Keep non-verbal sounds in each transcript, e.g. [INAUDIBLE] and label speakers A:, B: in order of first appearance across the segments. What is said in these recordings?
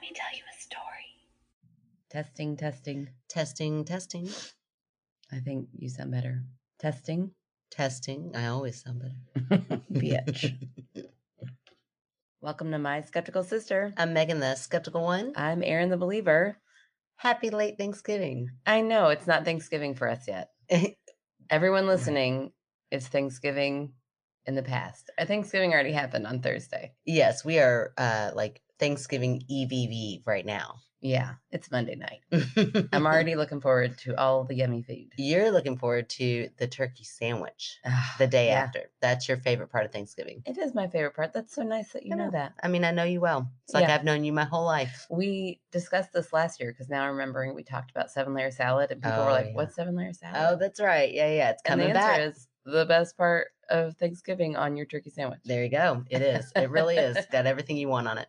A: me tell you a story.
B: Testing, testing.
C: Testing, testing,
B: I think you sound better. Testing.
C: testing. I always sound better. [LAUGHS]
B: Bitch. Welcome to My Skeptical Sister.
C: I'm Megan, the skeptical one.
B: I'm Erin the Believer.
C: Happy late Thanksgiving. [LAUGHS]
B: I know it's not Thanksgiving for us yet. Everyone listening, it's Thanksgiving in the past. Uh, Thanksgiving already happened on Thursday.
C: yes, we are uh, like Thanksgiving Eve Eve Eve right now.
B: Yeah, it's Monday
C: [LAUGHS]
B: night. I'm already looking forward to all the yummy food.
C: You're looking forward to the turkey sandwich
B: Ah,
C: the day
B: yeah.
C: after. That's your favorite part of Thanksgiving.
B: It is my favorite part. That's so nice that you
C: I
B: know
C: know.
B: that.
C: I mean, I know you well. It's like
B: Yeah.
C: I've known you my whole life.
B: We discussed this last year because now I'm remembering we talked about seven layer salad and people
C: Oh,
B: were like,
C: yeah.
B: "What's seven layer
C: Oh,
B: salad?"
C: that's right. Yeah, yeah. It's
B: and the
C: coming
B: answer
C: back.
B: is the best part of Thanksgiving on your turkey sandwich.
C: there you go. It is. It really is. Got everything you want on it.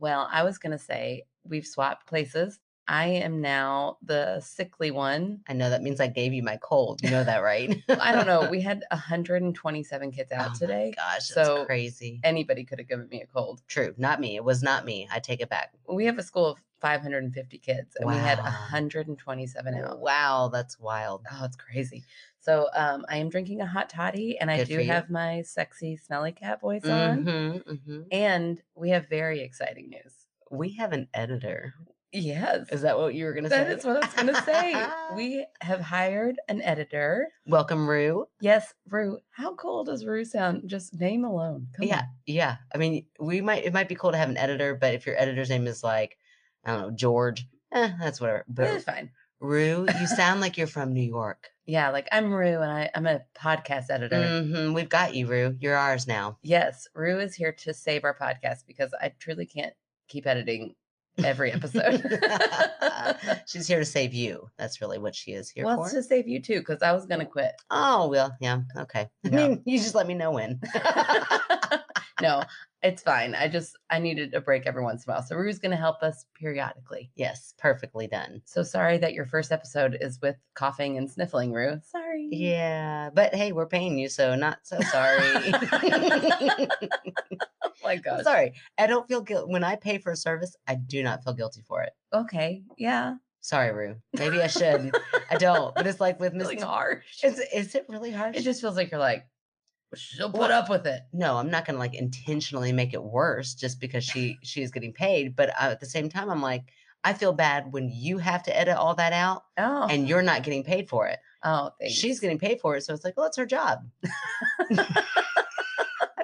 B: Well, I was gonna say we've swapped places. I am now the sickly one.
C: I know that means I gave you my cold. You know that,
B: [LAUGHS]
C: right?
B: I don't
C: [LAUGHS]
B: know. We had 127 kids
C: Oh
B: out
C: my
B: today.
C: gosh, that's
B: So,
C: crazy.
B: Anybody could have given me a cold.
C: True. Not me. It was not me. I take it back.
B: We have a school of 550 kids, and we had
C: Wow.
B: 127 out.
C: Wow, that's wild.
B: Oh, it's crazy. So um, I am drinking a hot toddy, and I
C: Good
B: do
C: for you.
B: have my sexy smelly cat voice on.
C: Mm-hmm, hmm
B: And we have very exciting news.
C: We have an editor.
B: Yes,
C: Is that what you were going to say?
B: that is what I was going to
C: [LAUGHS]
B: say. We have hired an editor.
C: Welcome, Rue.
B: Yes, Rue. How cool does Rue sound? Just name alone. Come
C: yeah, yeah. I mean, we might. It might be cool to have an editor, but if your editor's name is like, I don't know, George, eh, that's whatever.
B: on.
C: But
B: It's fine.
C: Rue, you sound like you're from New York.
B: Yeah, like I'm Rue, and I, I'm a podcast editor.
C: hmm we've got you, Rue. You're ours [LAUGHS] now.
B: Yes, Rue is here to save our podcast because I truly can't keep editing every [LAUGHS] episode.
C: [LAUGHS] She's here to save you. That's really what she is here
B: well,
C: for.
B: it's to save you too, because I was gonna quit.
C: Oh, well, yeah. [LAUGHS] Okay. I
B: No.
C: mean, you just let me know when.
B: no, it's fine. I just I needed a break every once in a while. So Rue's gonna help us periodically.
C: [LAUGHS] yes, perfectly done.
B: So sorry that your first episode is with coughing and sniffling, Rue. Sorry.
C: Yeah, but hey, we're paying you, so not so sorry. [LAUGHS]
B: Oh my gosh.
C: I'm sorry. I don't feel guilt when I pay for a service. I do not feel guilty for it.
B: Okay. Yeah.
C: Sorry, Rue. Maybe I should. I don't. But it's like [LAUGHS] with Miss.
B: Feeling harsh.
C: Is is it really harsh?
B: it just feels like you're like she'll put
C: Well,
B: up with it.
C: no, I'm not going to like intentionally make it worse just because she she is getting paid. But uh, at the same time, I'm like, I feel bad when you have to edit all that out
B: Oh.
C: and you're not getting paid for it.
B: oh, thanks.
C: She's getting paid for it, so it's like, well, it's her [LAUGHS] job. I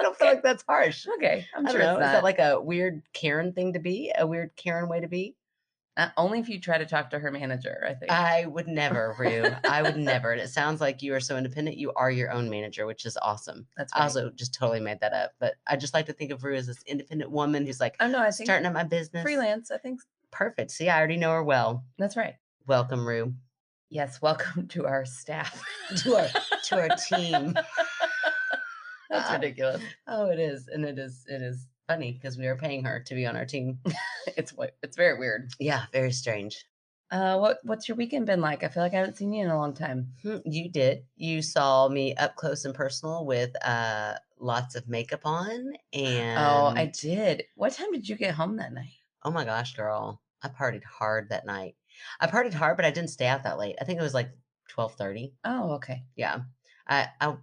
C: don't [LAUGHS] feel like that's harsh.
B: okay. I'm
C: I
B: sure
C: don't know.
B: it's
C: Is
B: not.
C: that like a weird Karen thing to be? A weird Karen way to be?
B: uh, only if you try to talk to her manager. I think.
C: I would never, Rue. I would never. And it sounds like you are so independent. You are your own manager, which is awesome.
B: That's
C: I
B: right.
C: also just totally made that up. But I just like to think of Rue as this independent woman who's like
B: Oh no, I think
C: starting up my business.
B: freelance. I think
C: Perfect. See, I already know her well.
B: that's right.
C: Welcome, Rue,
B: Yes, welcome [LAUGHS] to our staff.
C: to our to [LAUGHS] our team. Ah.
B: That's ridiculous.
C: Oh, it is, and it is it is funny because we are paying her to be on our team.
B: It's wi- it's very weird.
C: Yeah, very strange.
B: Uh, what what's your weekend been like? I feel like I haven't seen you in a long time.
C: Hmm, You did. You saw me up close and personal with uh lots of makeup on and
B: oh,
C: Um
B: I did. What time did you get home that night?
C: oh my gosh, girl. I partied hard that night. I partied hard, but I didn't stay out that late. I think it was like twelve thirty.
B: Oh, okay.
C: Yeah. I I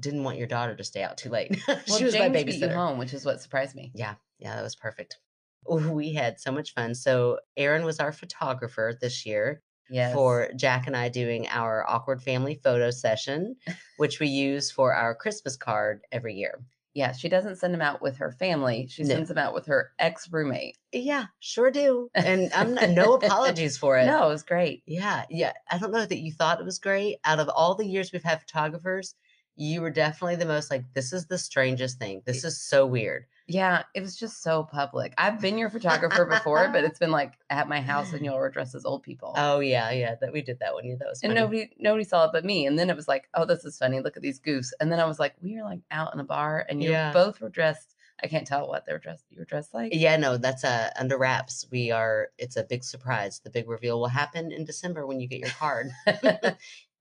C: didn't want your daughter to stay out too late. [LAUGHS] she
B: Well, James
C: was my
B: beat you
C: babysitter.
B: home, which is what surprised me.
C: Yeah, yeah, that was perfect. We had so much fun. So Aaron was our photographer this year.
B: Yes.
C: for Jack and I doing our awkward family photo [LAUGHS] session, which we use for our Christmas card every year.
B: yeah, she doesn't send them out with her family. She
C: No.
B: sends them out with her ex roommate.
C: Yeah, sure do. And I'm n- [LAUGHS] no apologies for it.
B: No, it was great.
C: Yeah, yeah. I don't know that you thought it was great. Out of all the years we've had photographers, you were definitely the most like, this is the strangest thing. This is so weird.
B: Yeah, it was just so public. I've been your photographer before, but it's been like at my house,
C: [LAUGHS]
B: and you'll dress as old people.
C: Oh yeah, yeah. That we did that one. Yeah, that was
B: and
C: funny.
B: nobody nobody saw it but me and then it was like oh this is funny look at these goofs and then i was like we were like out in a bar and you
C: Yeah.
B: both were dressed i can't tell what they were dressed you were dressed like
C: Yeah, no, that's uh, under wraps. We are. It's a big surprise. The big reveal will happen in December when you get your
B: [LAUGHS]
C: card.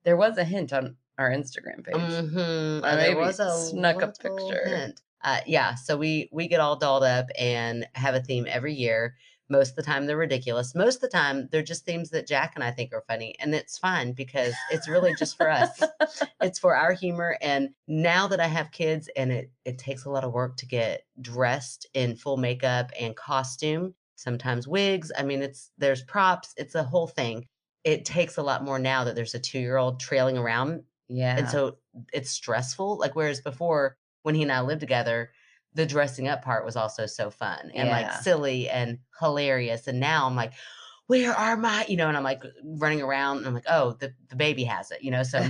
B: there was a hint on our instagram page
C: Mm-hmm.
B: Or maybe snuck a picture.
C: Uh, yeah, so we we get all dolled up and have a theme every year. Most of the time, they're ridiculous. Most of the time, they're just themes that Jack and I think are funny. And it's fun because it's really just for us, [LAUGHS] it's for our humor. And now that I have kids and it, it takes a lot of work to get dressed in full makeup and costume, sometimes wigs. I mean, it's there's props, it's a whole thing. It takes a lot more now that there's a two year old trailing around
B: yeah.
C: and so it's stressful. Like whereas before, when he and I lived together, the dressing up part was also so fun and like
B: Yeah.
C: silly and hilarious. And now I'm like, where are my, you know, and I'm like running around and I'm like, oh, the, the baby has it, you
B: [LAUGHS]
C: know. So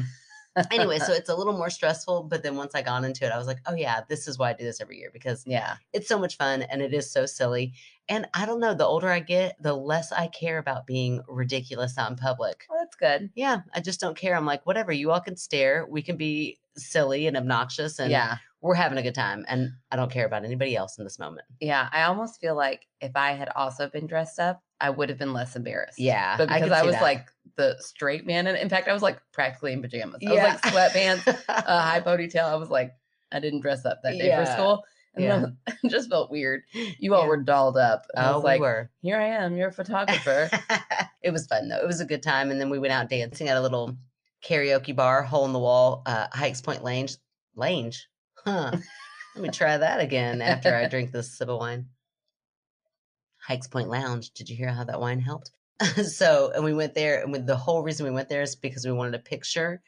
C: anyway, so it's a little more stressful. But then once I got into it, I was like, oh yeah, this is why I do this every year because
B: yeah.
C: it's so much fun and it is so silly. And I don't know, the older I get, the less I care about being ridiculous out in public
B: Well, that's good.
C: yeah, I just don't care. I'm like, whatever, you all can stare. We can be silly and obnoxious and
B: yeah.
C: we're having a good time. And I don't care about anybody else in this moment.
B: Yeah. I almost feel like if I had also been dressed up, I would have been less embarrassed.
C: Yeah.
B: But
C: could
B: because I,
C: see
B: was
C: that. [LAUGHS]
B: like the straight man, and in fact, I was like practically in pajamas. I was [LAUGHS] like sweatpants, a high ponytail. I was like, I didn't dress up that day for
C: Yeah.
B: school. And
C: Yeah.
B: then [LAUGHS] I just felt weird. You all
C: Yeah.
B: were dolled up. And I
C: oh,
B: was like,
C: we were.
B: here I am. You're a [LAUGHS] photographer.
C: [LAUGHS] it was fun though. It was a good time. And then we went out dancing at a little karaoke bar, hole in the wall, uh, Hikes Point Lange. Lange? Huh. Let me try that again after I drink this sip of wine. Hikes Point Lounge. Did you hear how that wine helped? [LAUGHS] so, and we went there, and with the whole reason we went there is because we wanted a picture.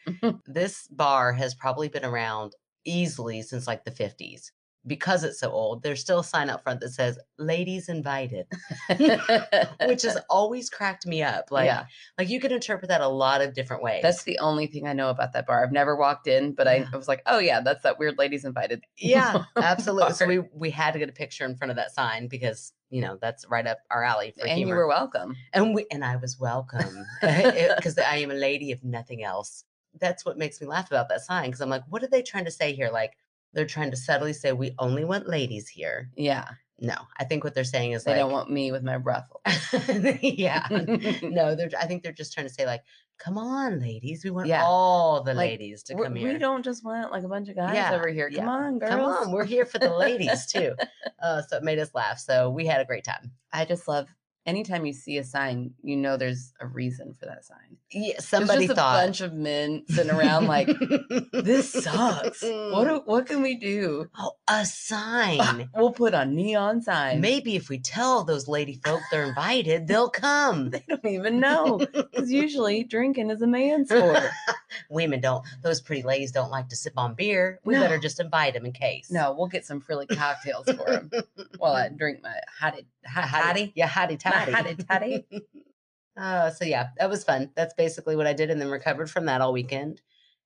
C: this bar has probably been around easily since like the 50s. Because it's so old, there's still a sign out front that says "Ladies Invited." which
B: [LAUGHS]
C: has always cracked me up. Like,
B: yeah.
C: like you can interpret that a lot of different ways.
B: That's the only thing I know about that bar. I've never walked in, but I,
C: Yeah.
B: I was like, oh, yeah, that's that weird ladies invited.
C: [LAUGHS]
B: [LAUGHS]
C: yeah, absolutely. So
B: bar.
C: we we had to get a picture in front of that sign because you know that's right up our alley for
B: and
C: humor.
B: you were [LAUGHS] welcome.
C: and we and I
B: [LAUGHS]
C: was welcome because I am a lady if nothing else. That's what makes me laugh about that sign because I'm like, what are they trying to say here? Like they're trying to subtly say we only want ladies here.
B: Yeah.
C: No, I think what they're saying is
B: They
C: like,
B: don't want me with my ruffle.
C: [LAUGHS]
B: [LAUGHS]
C: yeah, no, they're. I think they're just trying to say like, come on, ladies, we want
B: Yeah.
C: all the
B: Like,
C: ladies to
B: We're-
C: come here.
B: we don't just want like a bunch of guys
C: Yeah,
B: over here. Come
C: yeah.
B: on, girls.
C: Come on, we're here for the ladies too. Uh, so it made us laugh. So we had a great time.
B: I just love anytime you see a sign, you know there's a reason for that sign.
C: Yeah,
B: There's
C: somebody
B: just
C: thought
B: a bunch of men sitting around [LAUGHS] like this sucks.
C: Mm.
B: What do, what can we do? [LAUGHS]
C: oh, a sign.
B: We'll put a neon sign.
C: Maybe if we tell those lady folk they're invited,
B: [LAUGHS]
C: they'll come.
B: They don't even know because
C: [LAUGHS]
B: usually drinking is a man's sport.
C: Women don't; those pretty ladies don't like to sip on beer. We
B: No.
C: better just invite them in case.
B: No, we'll get some frilly cocktails for him while I drink my hottie, hot,
C: hottie,
B: hottie,
C: yeah, hottie toddy.
B: my hottie
C: [LAUGHS]
B: toddy.
C: Uh, so yeah, that was fun. That's basically what I did, and then recovered from that all weekend,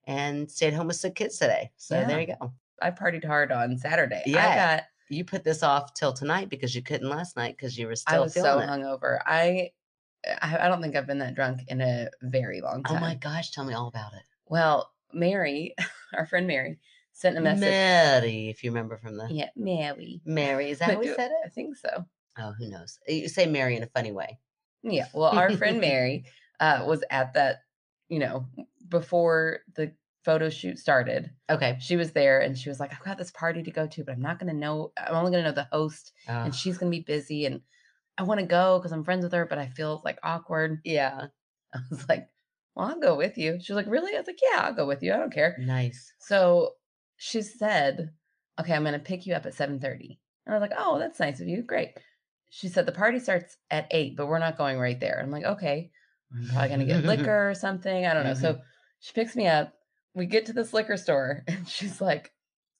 C: and stayed home with sick kids today. So
B: Yeah.
C: there you go.
B: I partied hard on Saturday. I
C: Yeah.
B: got
C: You put this off till tonight because you couldn't last night because you were still
B: I was
C: feeling
B: so
C: it.
B: hungover. I I I don't think I've been that drunk in a very long
C: Oh
B: time.
C: my gosh, tell me all about it.
B: Well, Mary, [LAUGHS] our friend Mary, sent a message.
C: Mary, if you remember from the
B: [LAUGHS] yeah, Mary.
C: Mary, is that how we
B: Do-
C: said
B: I
C: it?
B: think so.
C: Oh, who knows? You say Mary in a funny way.
B: Yeah. Well, our
C: [LAUGHS]
B: friend Mary uh, was at that, you know, before the photo shoot started.
C: Okay.
B: She was there and she was like, I've got this party to go to, but I'm not going to know. I'm only going to know the host
C: Oh,
B: and she's going to be busy. And I want to go because I'm friends with her, but I feel like awkward. [LAUGHS]
C: yeah,
B: I was like, well, I'll go with you. She was like, really? I was like, yeah, I'll go with you. I don't care.
C: nice.
B: So she said, okay, I'm going to pick you up at 7.30. And I was like, oh, that's nice of you. Great. She said, the party starts at 8, but we're not going right there. I'm like, okay, I'm probably going to
C: [LAUGHS]
B: get liquor or something. I don't know. So she picks me up. We get to this liquor store [LAUGHS] and she's like,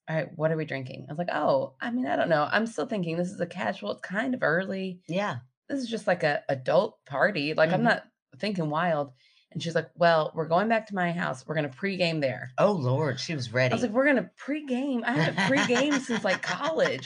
B: all right, what are we drinking? I was like, oh, I mean, I don't know. I'm still thinking this is a casual. It's kind of early
C: Yeah.
B: this is just like a adult party. Like
C: Mhm.
B: I'm not thinking wild. And she's like, well, we're going back to my house. We're gonna pregame there.
C: Oh Lord, she was ready.
B: I was like, we're gonna pregame. I haven't pregamed since like college.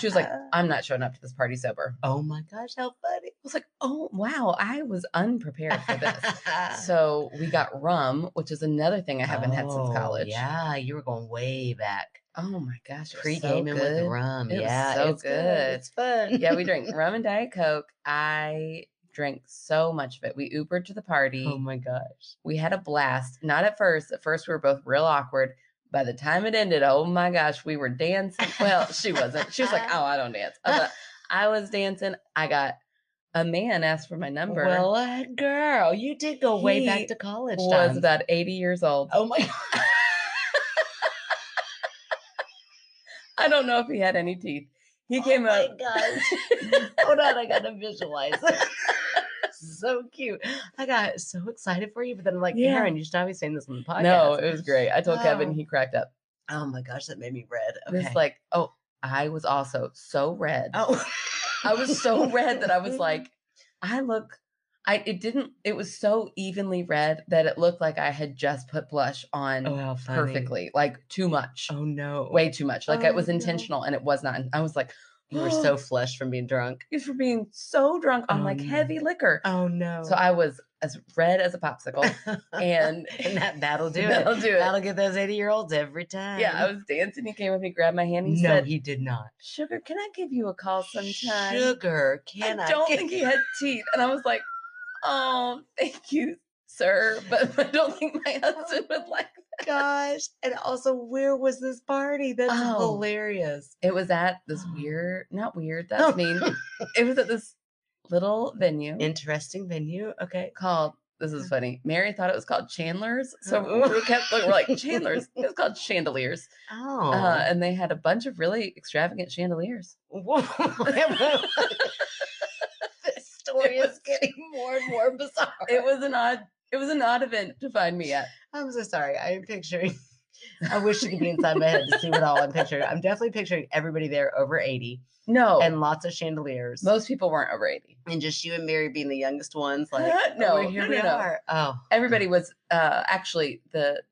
B: She
C: [LAUGHS]
B: was like, I'm not showing up to this party sober. I
C: oh my gosh, how funny.
B: was like, oh wow, I was unprepared for
C: [LAUGHS]
B: this. so we got rum, which is another thing I haven't had since
C: Oh,
B: college.
C: Yeah, you were going way back.
B: Oh my gosh, it was so
C: Pre-gaming with
B: good.
C: rum. [LAUGHS]
B: It was
C: yeah,
B: so
C: it's It's fun.
B: yeah, we drank rum and diet coke. I drank so much of it. We Ubered to the party.
C: [LAUGHS] oh my gosh.
B: We had a blast. Not at first. At first, we were both real awkward. By the time it ended, oh my gosh, we were
C: [LAUGHS]
B: dancing. Well, she wasn't. She was like, "Oh, I don't dance." I was, like, I was dancing. I got a man asked for my number.
C: Well, uh, girl, you did go way
B: He
C: back to college.
B: was
C: times.
B: about 80 years old.
C: oh my
B: I don't know if he had any teeth. He
C: [LAUGHS] Oh
B: came
C: my
B: up. [LAUGHS]
C: gosh. Hold on, I gotta visualize. [LAUGHS] so cute. I got so excited for you, but then I'm like,
B: Yeah.
C: Aaron, you should not be saying this on the podcast.
B: no, it was great. I told Kevin
C: Oh.
B: he cracked up.
C: Oh my gosh, that made me red.
B: And
C: Okay.
B: It's like, oh, I was also so red.
C: oh,
B: I was so red that I
C: [LAUGHS]
B: was like, I look. I it didn't. It was so evenly red that it looked like I had just put blush on
C: oh, how funny.
B: perfectly, like too much,
C: Oh no,
B: way too much. Like it
C: Oh,
B: was
C: no.
B: intentional, and it was not. I was like,
C: [GASPS] you were [GASPS] so flushed from being drunk.
B: It's for being so drunk on
C: Oh,
B: like
C: no.
B: heavy liquor.
C: Oh no.
B: So I was as red as a
C: [LAUGHS]
B: popsicle, and
C: and that that'll do
B: that'll
C: it.
B: do it.
C: That'll get those eighty year olds every
B: [LAUGHS]
C: time.
B: yeah, I was dancing. He came up, he grabbed my hand, he
C: no,
B: said,
C: he did not.
B: "Sugar, can I give you a call sometime?"
C: Sugar,
B: I
C: can I? [LAUGHS]
B: don't
C: get-
B: think he had teeth. And I was like, oh, thank you, sir. [LAUGHS] But I don't think my husband would like
C: gosh. And also, where was this party? That's
B: Oh.
C: hilarious.
B: [LAUGHS] it. was at this weird, not weird, that's
C: Oh.
B: [LAUGHS] mean. It was at this little venue
C: Interesting venue. Okay.
B: called, this is funny. Mary thought it was called Chandler's. So
C: Oh.
B: we kept like, we're like, [LAUGHS] Chandler's. It was called Chandeliers.
C: Oh. [LAUGHS]
B: Uh, and they had a bunch of really extravagant chandeliers.
C: Whoa. [LAUGHS] this story
B: It
C: is
B: was-
C: getting more and more bizarre. [LAUGHS]
B: It was an odd. It was an odd event to find me at.
C: I'm so sorry. I'm picturing. [LAUGHS] I wish you could be inside my head to see what all I'm picturing. I'm definitely picturing everybody there over 80
B: No,
C: and lots of chandeliers.
B: most people weren't over eighty.
C: and just you and Mary being the youngest ones, [LAUGHS] like "Oh,
B: No,
C: we're- here
B: no,
C: we
B: no, no.
C: are. Oh,
B: everybody was uh actually the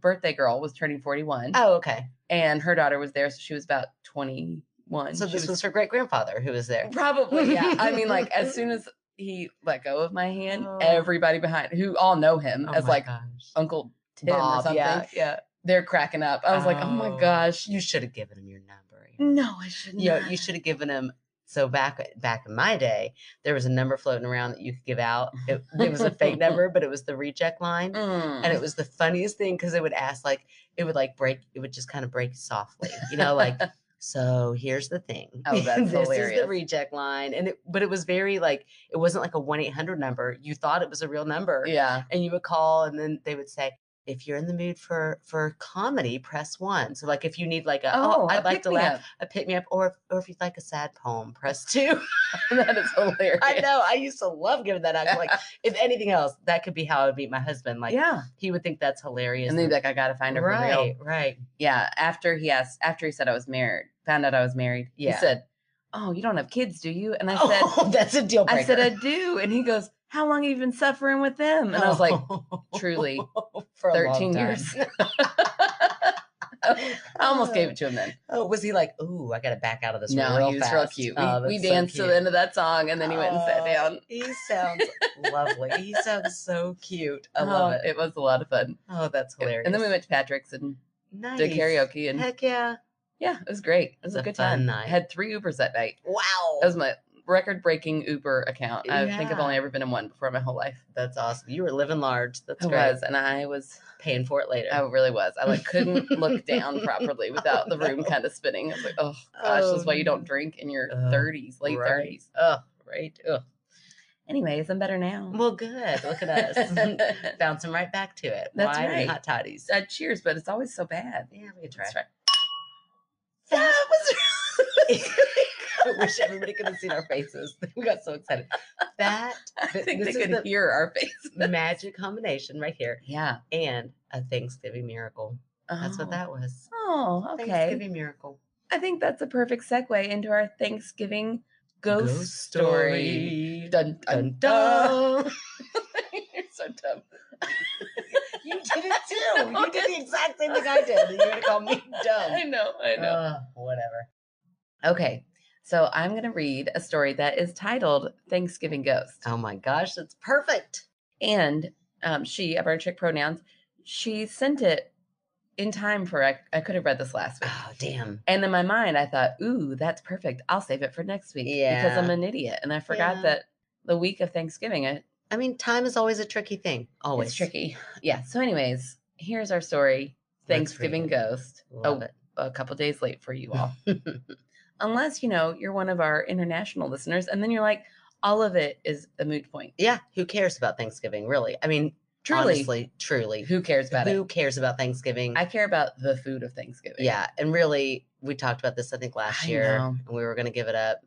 B: birthday girl was turning 41
C: oh, okay.
B: and her daughter was there so she was about 21
C: So
B: She
C: this was her great grandfather who was there. [LAUGHS]
B: probably yeah i mean like as soon as he let go of my hand
C: Oh.
B: everybody behind who all know him
C: Oh
B: as
C: my
B: like
C: gosh.
B: uncle tim or something
C: yeah, yeah.
B: they're cracking up i was like oh my
C: Oh.
B: gosh
C: [LAUGHS] You should have given him your number. Aaron.
B: no i shouldn't
C: You know, you should have given him. So back back in my day, there was a number floating around that you could give out. It, it was a fake number, but it was the reject line.
B: mm.
C: And it was the funniest thing because it would ask like it would like break it would just kind of break softly, you know, like so here's the thing.
B: Oh,
C: [LAUGHS]
B: that's
C: this is
B: hilarious.
C: the reject line, and it but it was very like it wasn't like a one eight hundred number. You thought it was a real number,
B: yeah
C: and you would call and then they would say if you're in the mood for for comedy press one so like if you need like a oh,
B: a
C: i'd like to
B: pick-me-up.
C: laugh a pick me up or if, or if you'd like a sad poem press two
B: [LAUGHS]
C: [LAUGHS]
B: that is hilarious [LAUGHS]
C: i [LAUGHS] know i used to love giving that out 'cause, like if anything else that could be how i would meet my husband like
B: yeah
C: he would think that's hilarious
B: and then like i gotta find her
C: right
B: for real
C: right
B: yeah, after he asked, after he said I was married, found out I was married,
C: Yeah.
B: he said, "Oh, you don't have kids, do you?" And I
C: [LAUGHS]
B: said,
C: oh, that's a deal breaker
B: "I said I do," and he goes, "How long have you been suffering with them?" And I was like, truly,
C: [LAUGHS] Oh, for a long
B: 13
C: time.
B: years. [LAUGHS] I almost gave it to him then.
C: [LAUGHS] oh was he like ooh i gotta back out of this
B: no,
C: real
B: he was
C: fast.
B: real cute. We,
C: Oh,
B: we
C: that's so
B: danced to
C: cute.
B: the end of that song, and then he went and sat
C: Oh,
B: down.
C: He sounds lovely. He sounds so cute. I love
B: Oh,
C: it.
B: It was a lot of fun.
C: Oh, that's hilarious.
B: And then we went to Patrick's and
C: nice.
B: did karaoke, and
C: Heck yeah!
B: yeah, it was great. It was a
C: It's a
B: good
C: fun
B: time.
C: night.
B: I had three Ubers that night.
C: Wow,
B: That was my record breaking Uber account. I think I've
C: Yeah.
B: only ever been in one before in my whole life.
C: that's awesome. You were living large. That's
B: I
C: great.
B: was, Oh, and I was,
C: Paying for it later.
B: I really was. I like couldn't look down properly without the room kind of spinning. I was like, oh gosh,
C: Oh,
B: that's why you
C: no.
B: don't drink in your
C: Ugh,
B: 30s, late
C: uh, right.
B: 30s.
C: Oh, right. Oh,
B: Anyways, I'm better now.
C: well, [LAUGHS] good. Look
B: [LAUGHS]
C: at us
B: uh,
C: bouncing right back to it.
B: That's
C: Wine and
B: right.
C: Hot toddies.
B: Uh, cheers, but it's always so bad.
C: Yeah, we can
B: [LAUGHS]
C: try.
B: That's right.
C: That
B: [LAUGHS]
C: was. I wish everybody could have seen our faces. [LAUGHS] We got so excited. That
B: [LAUGHS] I
C: th-
B: think
C: [LAUGHS] this
B: they
C: is
B: could hear our face. [LAUGHS]
C: the magic combination right here.
B: Yeah.
C: and a Thanksgiving miracle. That's
B: Oh.
C: what that was.
B: Oh, okay.
C: Thanksgiving miracle.
B: I think that's a perfect segue into our Thanksgiving ghost, story. Dun
C: Dun,
B: dun dun. [LAUGHS]
C: dun.
B: You're so dumb.
C: [LAUGHS] you [LAUGHS] did it too. You did the exact same thing I did. and You're gonna call me
B: I
C: dumb.
B: know. [LAUGHS] I know.
C: Ugh, whatever.
B: Okay. So I'm going to read a story that is titled Thanksgiving Ghost.
C: Oh my gosh, that's perfect.
B: And um, she, I better check pronouns, she sent it in time for, I, I could have read this last
C: [SIGHS]
B: week.
C: Oh damn.
B: And in my mind, I thought, ooh, that's perfect. I'll save it for next week because I'm
C: Yeah.
B: an idiot. And I forgot
C: Yeah.
B: that the week of Thanksgiving, I,
C: I mean, time is always a tricky thing. Always
B: it's tricky. Yeah. So, anyways, here's our story
C: Let's read
B: Thanksgiving
C: it.
B: Ghost.
C: Love
B: a,
C: it.
B: a couple days
C: [LAUGHS]
B: late for you all. unless you know you're one of our international listeners and then you're like all of it is a moot point.
C: Yeah, who cares about Thanksgiving, really? I mean,
B: Truly,
C: honestly, truly.
B: who cares about
C: Who
B: it?
C: cares about Thanksgiving?
B: I care about the food of Thanksgiving.
C: yeah, and really, we talked about this, I think, last
B: I
C: year,
B: know.
C: and we were going to give it up.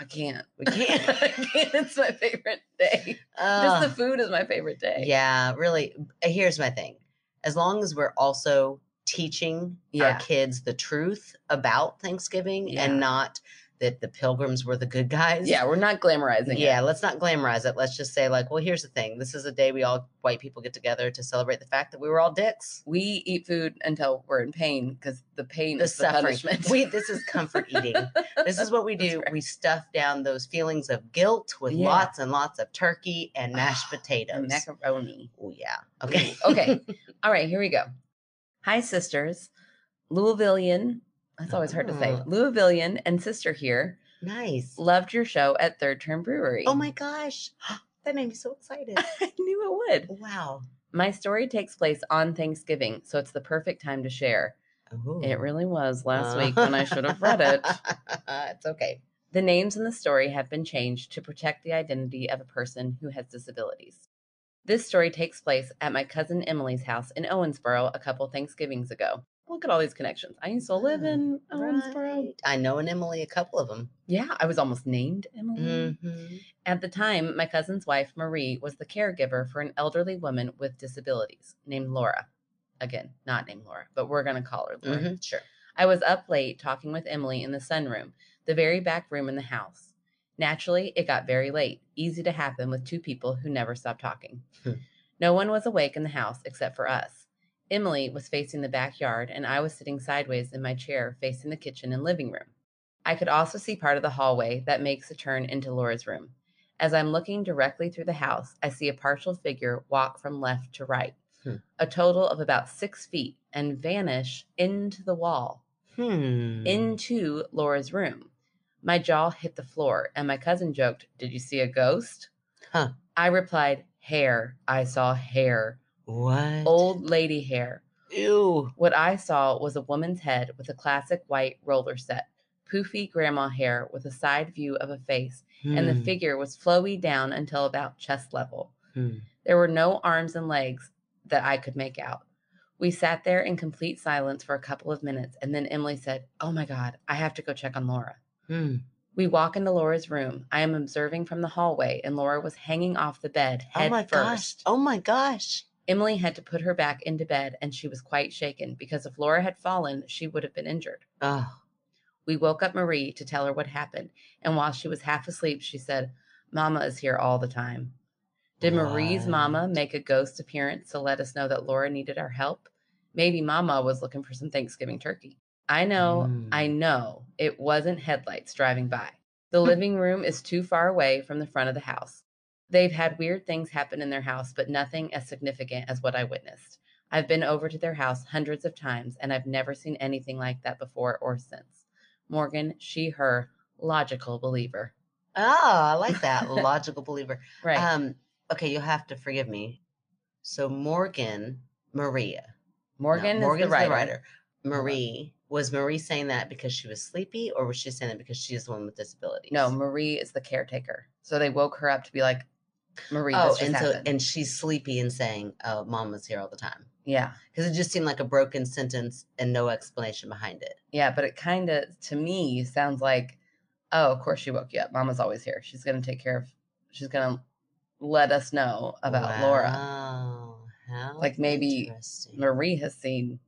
B: I can't. [LAUGHS]
C: [LAUGHS] We
B: I
C: can't.
B: can't. It's my favorite day.
C: Ugh.
B: Just the food is my favorite day.
C: Yeah, really. uh, Here's my thing. As long as we're also teaching
B: Yeah.
C: our kids the truth about Thanksgiving
B: Yeah.
C: and not that the pilgrims were the good guys.
B: Yeah, we're not glamorizing it.
C: Yeah, let's not glamorize it. Let's just say, like, well, here's the thing. This is a day we all white people get together to celebrate the fact that we were all dicks.
B: We eat food until we're in pain because the pain
C: The
B: is the
C: suffering.
B: punishment.
C: We this is comfort eating.
B: [LAUGHS]
C: This is what we
B: That's
C: do.
B: right.
C: We stuff down those feelings of guilt with
B: Yeah.
C: lots and lots of turkey and mashed potatoes.
B: And [LAUGHS] macaroni.
C: oh yeah. Okay. [LAUGHS]
B: Ooh, okay. All right, here we go. Hi, sisters. Louisvillian. That's always hard to say.
C: Ah.
B: Louisvillian and sister here
C: nice.
B: loved your show at Third Turn Brewery.
C: Oh my gosh. [GASPS] That made me so excited.
B: [LAUGHS] I knew it would.
C: Wow.
B: My story takes place on Thanksgiving, so it's the perfect time to share. It really was last week when I should have read
C: [LAUGHS]
B: it.
C: Uh, it's okay.
B: The names in the story have been changed to protect the identity of a person who has disabilities. This story takes place at my cousin Emily's house in Owensboro a couple Thanksgivings ago. Look at all these connections. I used to live
C: Ah,
B: in Owensboro.
C: Right. I know an Emily, a couple of them.
B: Yeah, I was almost named Emily.
C: Mm-hmm.
B: At the time, my cousin's wife, Marie, was the caregiver for an elderly woman with disabilities named Laura. Again, not named Laura, but we're going to call her Laura.
C: Mhm, Sure.
B: I was up late talking with Emily in the sunroom, the very back room in the house. Naturally, it got very late, easy to happen with two people who never stop talking.
C: Hmm.
B: no one was awake in the house except for us. Emily was facing the backyard, and I was sitting sideways in my chair facing the kitchen and living room. I could also see part of the hallway that makes a turn into Laura's room. As I'm looking directly through the house, I see a partial figure walk from left to right,
C: Hmm.
B: a total of about six feet, and vanish into the wall
C: Hmm.
B: into Laura's room. My jaw hit the floor, and my cousin joked, Did you see a ghost?
C: Huh.
B: I replied, Hair. I saw hair.
C: what?
B: Old lady hair.
C: Ew.
B: What I saw was a woman's head with a classic white roller set, poofy grandma hair with a side view of a face, and the
C: Hmm.
B: figure was flowy down until about chest level.
C: Hmm.
B: There were no arms and legs that I could make out. We sat there in complete silence for a couple of minutes, and then Emily said, Oh my God, I have to go check on Laura.
C: Hmm.
B: We walk into Laura's room. I am observing from the hallway, and Laura was hanging off the bed
C: Oh
B: head
C: my gosh.
B: first.
C: Oh my gosh.
B: Emily had to put her back into bed, and she was quite shaken because if Laura had fallen, she would have been injured.
C: Oh.
B: We woke up Marie to tell her what happened, and while she was half asleep, she said, Mama is here all the time. Did Marie's mama
C: What?
B: make a ghost appearance to let us know that Laura needed our help? Maybe mama was looking for some Thanksgiving turkey. I know, I
C: Mm.
B: know it wasn't headlights driving by. [LAUGHS] The living room is too far away from the front of the house. They've had weird things happen in their house, but nothing as significant as what I witnessed. I've been over to their house hundreds of times, and I've never seen anything like that before or since. Morgan, she, her, logical believer.
C: Oh, I
B: [LAUGHS]
C: like that. Logical believer.
B: Right.
C: Um, okay, you'll have to forgive me. So Morgan Maria. No,
B: Morgan is
C: Morgan's
B: the writer. on.
C: Marie was Marie saying that because she was sleepy, or was she saying that because she is the one with disabilities?
B: No, Marie is the caretaker. So they woke her up to be like, Marie,
C: Oh,
B: this just
C: and so
B: happened.
C: and she's sleepy and saying, "Oh, Mama's here all the time,"
B: yeah,
C: because it just seemed like a broken sentence and no explanation behind it.
B: yeah, but it kind of to me sounds like, oh, of course she woke you up. Mama's always here. She's gonna take care of. She's gonna let us know about Laura.
C: Wow, how
B: Like, maybe
C: interesting.
B: Marie has seen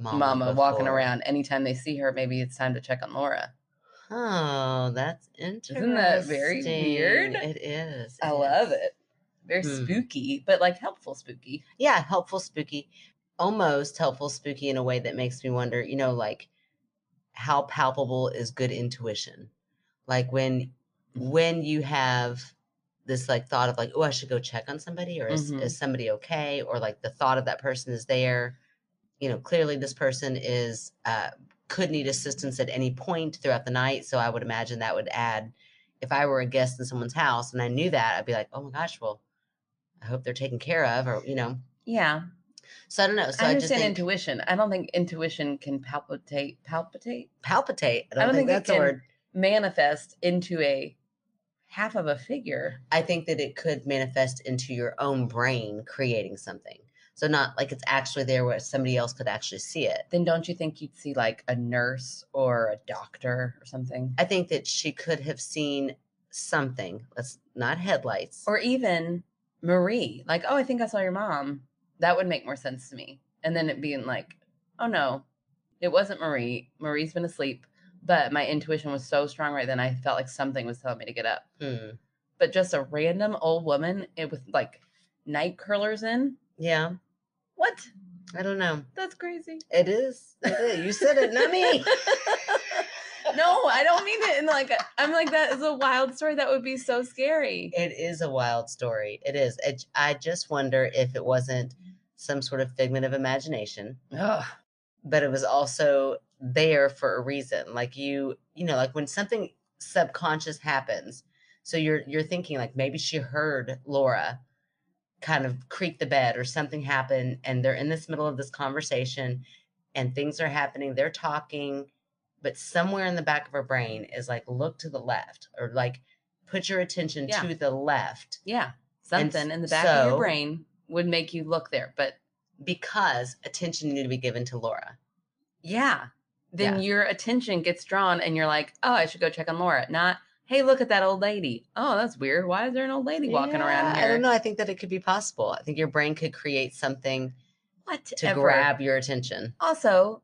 B: Mama, walking around. Anytime they see her, maybe it's time to check on Laura.
C: Oh, that's interesting.
B: that very weird?
C: It is.
B: I love
C: is.
B: it. Very
C: Hmm.
B: spooky, but like helpful spooky.
C: yeah, helpful, spooky, almost helpful, spooky in a way that makes me wonder, you know, like how palpable is good intuition? Like when
B: Mhm.
C: when you have this like thought of like, oh, I should go check on somebody, or is,
B: Mhm.
C: is somebody okay? Or like the thought of that person is there. You know, clearly this person is uh, could need assistance at any point throughout the night. So I would imagine that would add. If I were a guest in someone's house and I knew that, I'd be like, oh my gosh, well, I hope they're taken care of, or you know.
B: Yeah,
C: So I don't know. So
B: I
C: I, just
B: understand
C: think
B: intuition. I don't think intuition can palpitate, palpitate,
C: palpitate. I don't,
B: I don't
C: think,
B: think it
C: that's a
B: can-
C: word.
B: manifest into a half of a figure.
C: I think that it could manifest into your own brain creating something. So not like it's actually there where somebody else could actually see it.
B: Then don't you think you'd see like a nurse or a doctor or something?
C: I think that she could have seen something. Let's not headlights.
B: Or even Marie, like, oh, I think I saw your mom. That would make more sense to me. And then it being like, oh no, it wasn't Marie. Marie's been asleep. But my intuition was so strong right then, I felt like something was telling me to get up.
C: Hmm.
B: But just a random old woman it with like night curlers in.
C: Yeah,
B: What?
C: I don't know.
B: That's crazy.
C: It is. It is. You said it, not me.
B: no, I don't mean it. And like, I'm like, that is a wild story. That would be so scary.
C: [LAUGHS] It is a wild story. It is. It, I just wonder if it wasn't some sort of figment of imagination,
B: Ugh.
C: but it was also there for a reason. Like you, you know, like when something subconscious happens, so you're you're thinking like maybe she heard Laura kind of creak the bed or something happened and they're in this middle of this conversation and things are happening, they're talking, but somewhere in the back of her brain is like look to the left or like put your attention
B: Yeah.
C: to the left
B: Yeah.
C: And
B: Something in the
C: s-
B: back of
C: so-
B: your brain would make you look there. But
C: because attention needed to be given to Laura.
B: yeah, then
C: Yeah.
B: your attention gets drawn and you're like, oh, I should go check on Laura. Not, hey, look at that old lady. Oh, that's weird. Why is there an old lady walking around
C: Yeah,
B: here?
C: I don't know. I think that it could be possible. I think your brain could create something
B: What
C: to grab your attention.
B: Also,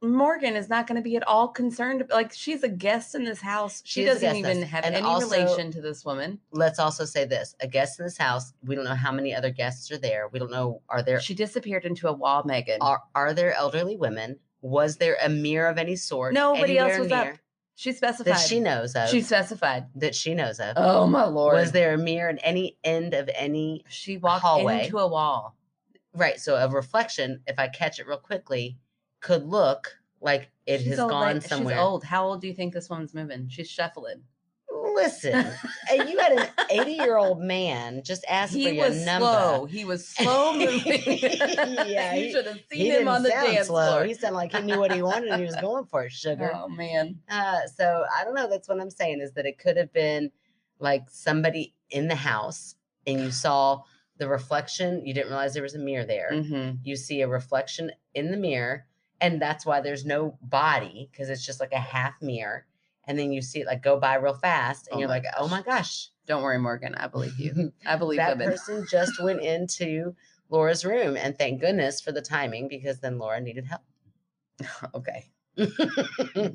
B: Morgan is not going to be at all concerned. Like she's a guest in this house. She
C: She is a
B: doesn't
C: guest in
B: even
C: this-
B: have
C: and
B: any
C: also-
B: relation to this woman.
C: Let's also say this: a guest in this house. We don't know how many other guests are there. We don't know are there
B: She disappeared into a wall, Megan.
C: are, are there elderly women? Was there a mirror of any sort?
B: Nobody else
C: anywhere
B: was up
C: near
B: she specified.
C: that she knows of.
B: she specified.
C: that she knows of.
B: Oh my lord!
C: was there a mirror in any end of any
B: She walked
C: hallway?
B: into a wall.
C: Right. So a reflection, if I catch it real quickly, could look like it
B: She's
C: has
B: old,
C: gone
B: like-
C: somewhere.
B: She's old. How old do you think this woman's moving? She's shuffling.
C: Listen, and you had an 80 year old man just ask for
B: he
C: your
B: was
C: number.
B: slow. He
C: [LAUGHS]
B: was slow moving. [LAUGHS]
C: Yeah,
B: you
C: he-
B: should have seen
C: He
B: him
C: didn't
B: on the
C: sound
B: dance
C: slow.
B: floor.
C: He sounded like he knew what he wanted and
B: [LAUGHS]
C: he was going for it, sugar.
B: Oh man.
C: Uh, so I don't know. That's what I'm saying is that it could have been like somebody in the house and you saw the reflection. You didn't realize there was a mirror there.
B: Mm-hmm.
C: You see a reflection in the mirror, and that's why there's no body because it's just like a half mirror. And then you see it like go by real fast, and
B: Oh
C: you're
B: my
C: like, oh my gosh.
B: Don't worry, Morgan. I believe
C: [LAUGHS]
B: you. I believe
C: that
B: women.
C: person just went into Laura's room, and thank goodness for the timing because then Laura needed help.
B: [LAUGHS] Okay.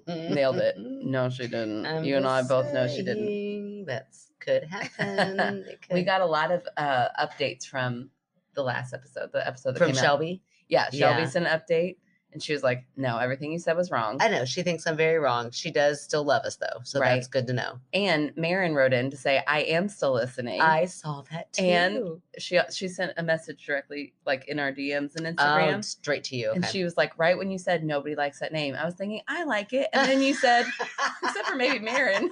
B: Nailed
C: [LAUGHS]
B: it. No, she didn't. you and I both know she didn't.
C: That could happen. It
B: We
C: could-
B: got a lot of uh, updates from the last episode, the episode that
C: from
B: came out.
C: Shelby.
B: Yeah, Shelby
C: Yeah.
B: sent an update, and she was like, "No, everything you said was wrong."
C: I know she thinks I'm very wrong. She does still love us though, so
B: Right.
C: that's good to know.
B: and Marin wrote in to say, "I am still listening."
C: I saw that too. Oh,
B: And she she sent a message directly, like in our DMs and Instagram.
C: oh, straight to you.
B: And
C: okay.
B: she was like, right when you said nobody likes that name, I was thinking, I like it. And then you said, except for maybe Marin.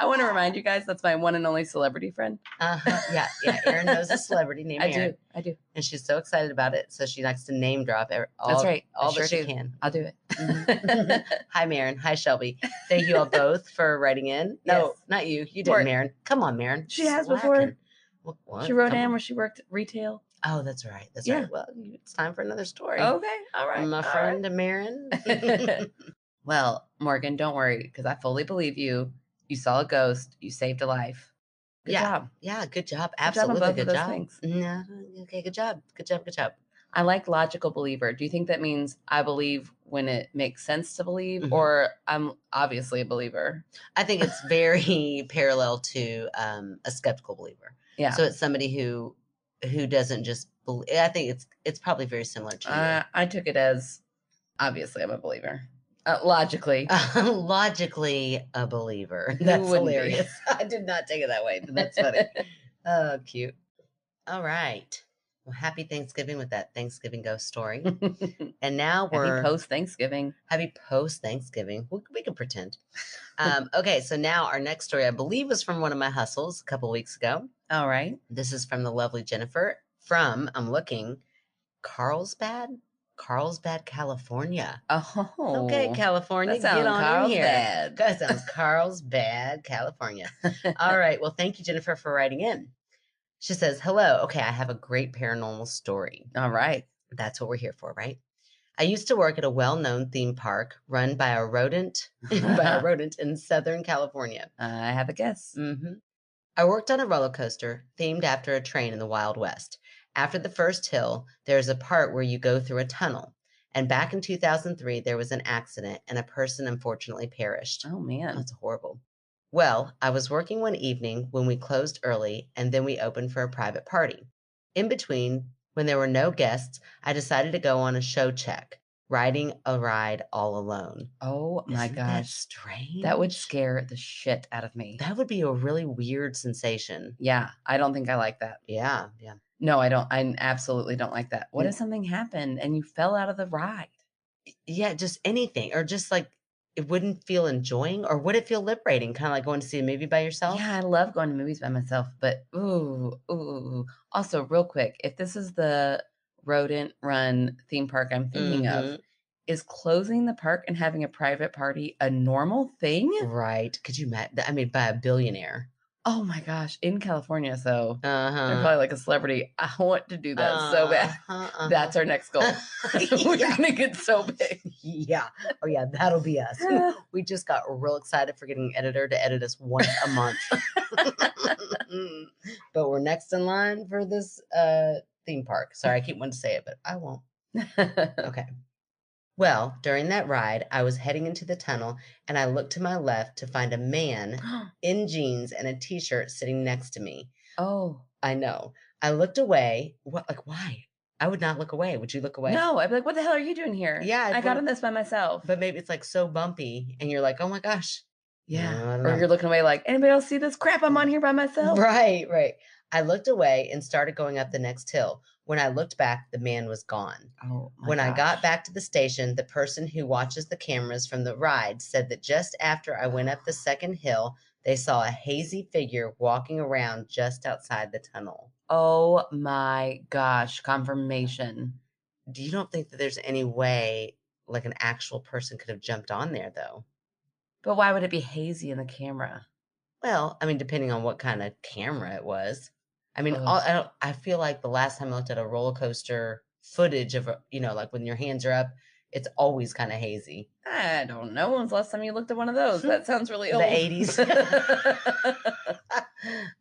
B: I
C: [LAUGHS]
B: want to remind you guys that's my one and only celebrity friend.
C: uh-huh. yeah,
B: [LAUGHS]
C: yeah. Erin knows a celebrity named
B: I
C: Erin,
B: do. I do.
C: and she's so excited about it. So she likes to name drop. Every, all,
B: That's right. I
C: All
B: sure
C: that she
B: do.
C: can.
B: I'll do
C: Mhm.
B: it. [LAUGHS]
C: Hi, Marin. Hi, Shelby. Thank you all both for writing in. No,
B: Yes.
C: not you. You
B: Or-
C: did, Marin. Come on, Marin.
B: She has before.
C: What, [LAUGHS] what?
B: she wrote
C: Come
B: in
C: on.
B: where she worked retail.
C: Oh, that's right. That's
B: Yeah. Oh,
C: right. Well, you- it's time for another story.
B: Okay. All right.
C: my
B: all right.
C: friend
B: [LAUGHS]
C: Marin. [LAUGHS] well,
B: Morgan, don't worry because I fully believe you. You saw a ghost. You saved a life. Good
C: Yeah.
B: job.
C: yeah, good job.
B: on
C: Absolutely,
B: both of
C: good
B: those
C: job.
B: things.
C: No, okay, good job. Good job. Good job.
B: I like logical believer. Do you think that means I believe when it makes sense to believe,
C: Mhm.
B: or I'm obviously a believer?
C: I think it's very [LAUGHS] parallel to um, a skeptical believer.
B: Yeah.
C: So it's somebody who who doesn't just believe. I think it's it's probably very similar to you.
B: Uh, I took it as obviously I'm a believer. Uh, logically,
C: [LAUGHS] logically a believer. [LAUGHS]
B: Who
C: That's
B: wouldn't be?
C: hilarious. I did not take it that way, but that's
B: [LAUGHS]
C: funny. oh, cute. All right. Well, happy Thanksgiving with that Thanksgiving
B: [LAUGHS]
C: ghost story. And now we're
B: Happy post Thanksgiving.
C: happy post Thanksgiving. We, we can pretend. Um, okay, so now our next story, I believe, was from one of my hustles a couple weeks ago.
B: All right.
C: This is from the lovely Jennifer from I'm looking Carlsbad. Carlsbad, California.
B: Oh,
C: Okay, California,
B: that
C: get on
B: sounds
C: in here.
B: Carlsbad.
C: That sounds Carlsbad, California. All right. Well, thank you, Jennifer, for writing in. She says, Hello. Okay, I have a great paranormal story.
B: All right.
C: That's what we're here for, right? I used to work at a well known theme park run by a rodent, [LAUGHS] by a rodent in Southern California.
B: I have a guess.
C: hmm I worked on a roller coaster themed after a train in the Wild West. After the first hill, there's a part where you go through a tunnel. And back in 2003, there was an accident and a person unfortunately perished.
B: Oh man.
C: [CLEARS THROAT] That's horrible. Well, I was working one evening when we closed early and then we opened for a private party. In between, when there were no guests, I decided to go on a show check, riding a ride all alone.
B: Oh my
C: Isn't that
B: gosh.
C: strange.
B: That would scare the shit out of me.
C: That would be a really weird sensation.
B: Yeah, I don't think I like that.
C: Yeah, yeah.
B: No, I don't. I absolutely don't like that. What
C: Mm.
B: if something happened and you fell out of the ride?
C: Yeah, just anything or just like it wouldn't feel enjoying or would it feel liberating? Kind of like going to see a movie by yourself?
B: Yeah, I love going to movies by myself, but ooh, ooh, ooh. ooh. Also, real quick, if this is the rodent run theme park I'm thinking of,
C: Mhm.
B: is closing the park and having a private party a normal thing?
C: Right. Could you imagine? I mean, by a billionaire.
B: Oh my gosh, in California, so
C: Uh huh.
B: they're probably like a celebrity. I want to do that so
C: [LAUGHS]
B: bad. That's our next goal. [LAUGHS] We're
C: Uh-huh. yeah.
B: gonna get so big.
C: yeah. Oh yeah, that'll
B: [LAUGHS]
C: be us. We just got real excited for getting an editor to edit us once a month. [LAUGHS] but we're next in line for this uh theme park. Sorry, I keep wanting to say it, but I won't. Okay. Well, during that ride, I was heading into the tunnel and I looked to my left to find a man in jeans and a t-shirt sitting next to me. [GASPS]
B: oh
C: I know. I looked away. What like why? I would not look away. Would you look away?
B: no! I'd be like, "What the hell are you doing here?"
C: Yeah,
B: I
C: I'd
B: got
C: wanna-
B: in this by myself.
C: but maybe it's like so bumpy and you're like, oh my gosh.
B: yeah,
C: No, Mm. I don't
B: or
C: know.
B: you're looking away like, "Anybody else see this crap? I'm on here by myself."
C: Right, right. I looked away and started going up the next hill. When I looked back, the man was gone.
B: Oh, my
C: when I got
B: gosh.
C: back to the station, the person who watches the cameras from the ride said that just after I went up the second hill, they saw a hazy figure walking around just outside the tunnel.
B: oh my gosh, confirmation.
C: Do you don't think that there's any way like an actual person could have jumped on there though?
B: But why would it be hazy in the camera?
C: Well, I mean, depending on what kind of camera it was. I mean,
B: Ugh.
C: all, I don't. I feel like the last time I looked at a roller coaster footage of, a, you know, like when your hands are up, it's always kind of hazy. [GASPS]
B: I don't know. When was the last time you looked at one of
C: [LAUGHS]
B: those? That sounds really old.
C: The
B: [LAUGHS]
C: eighties.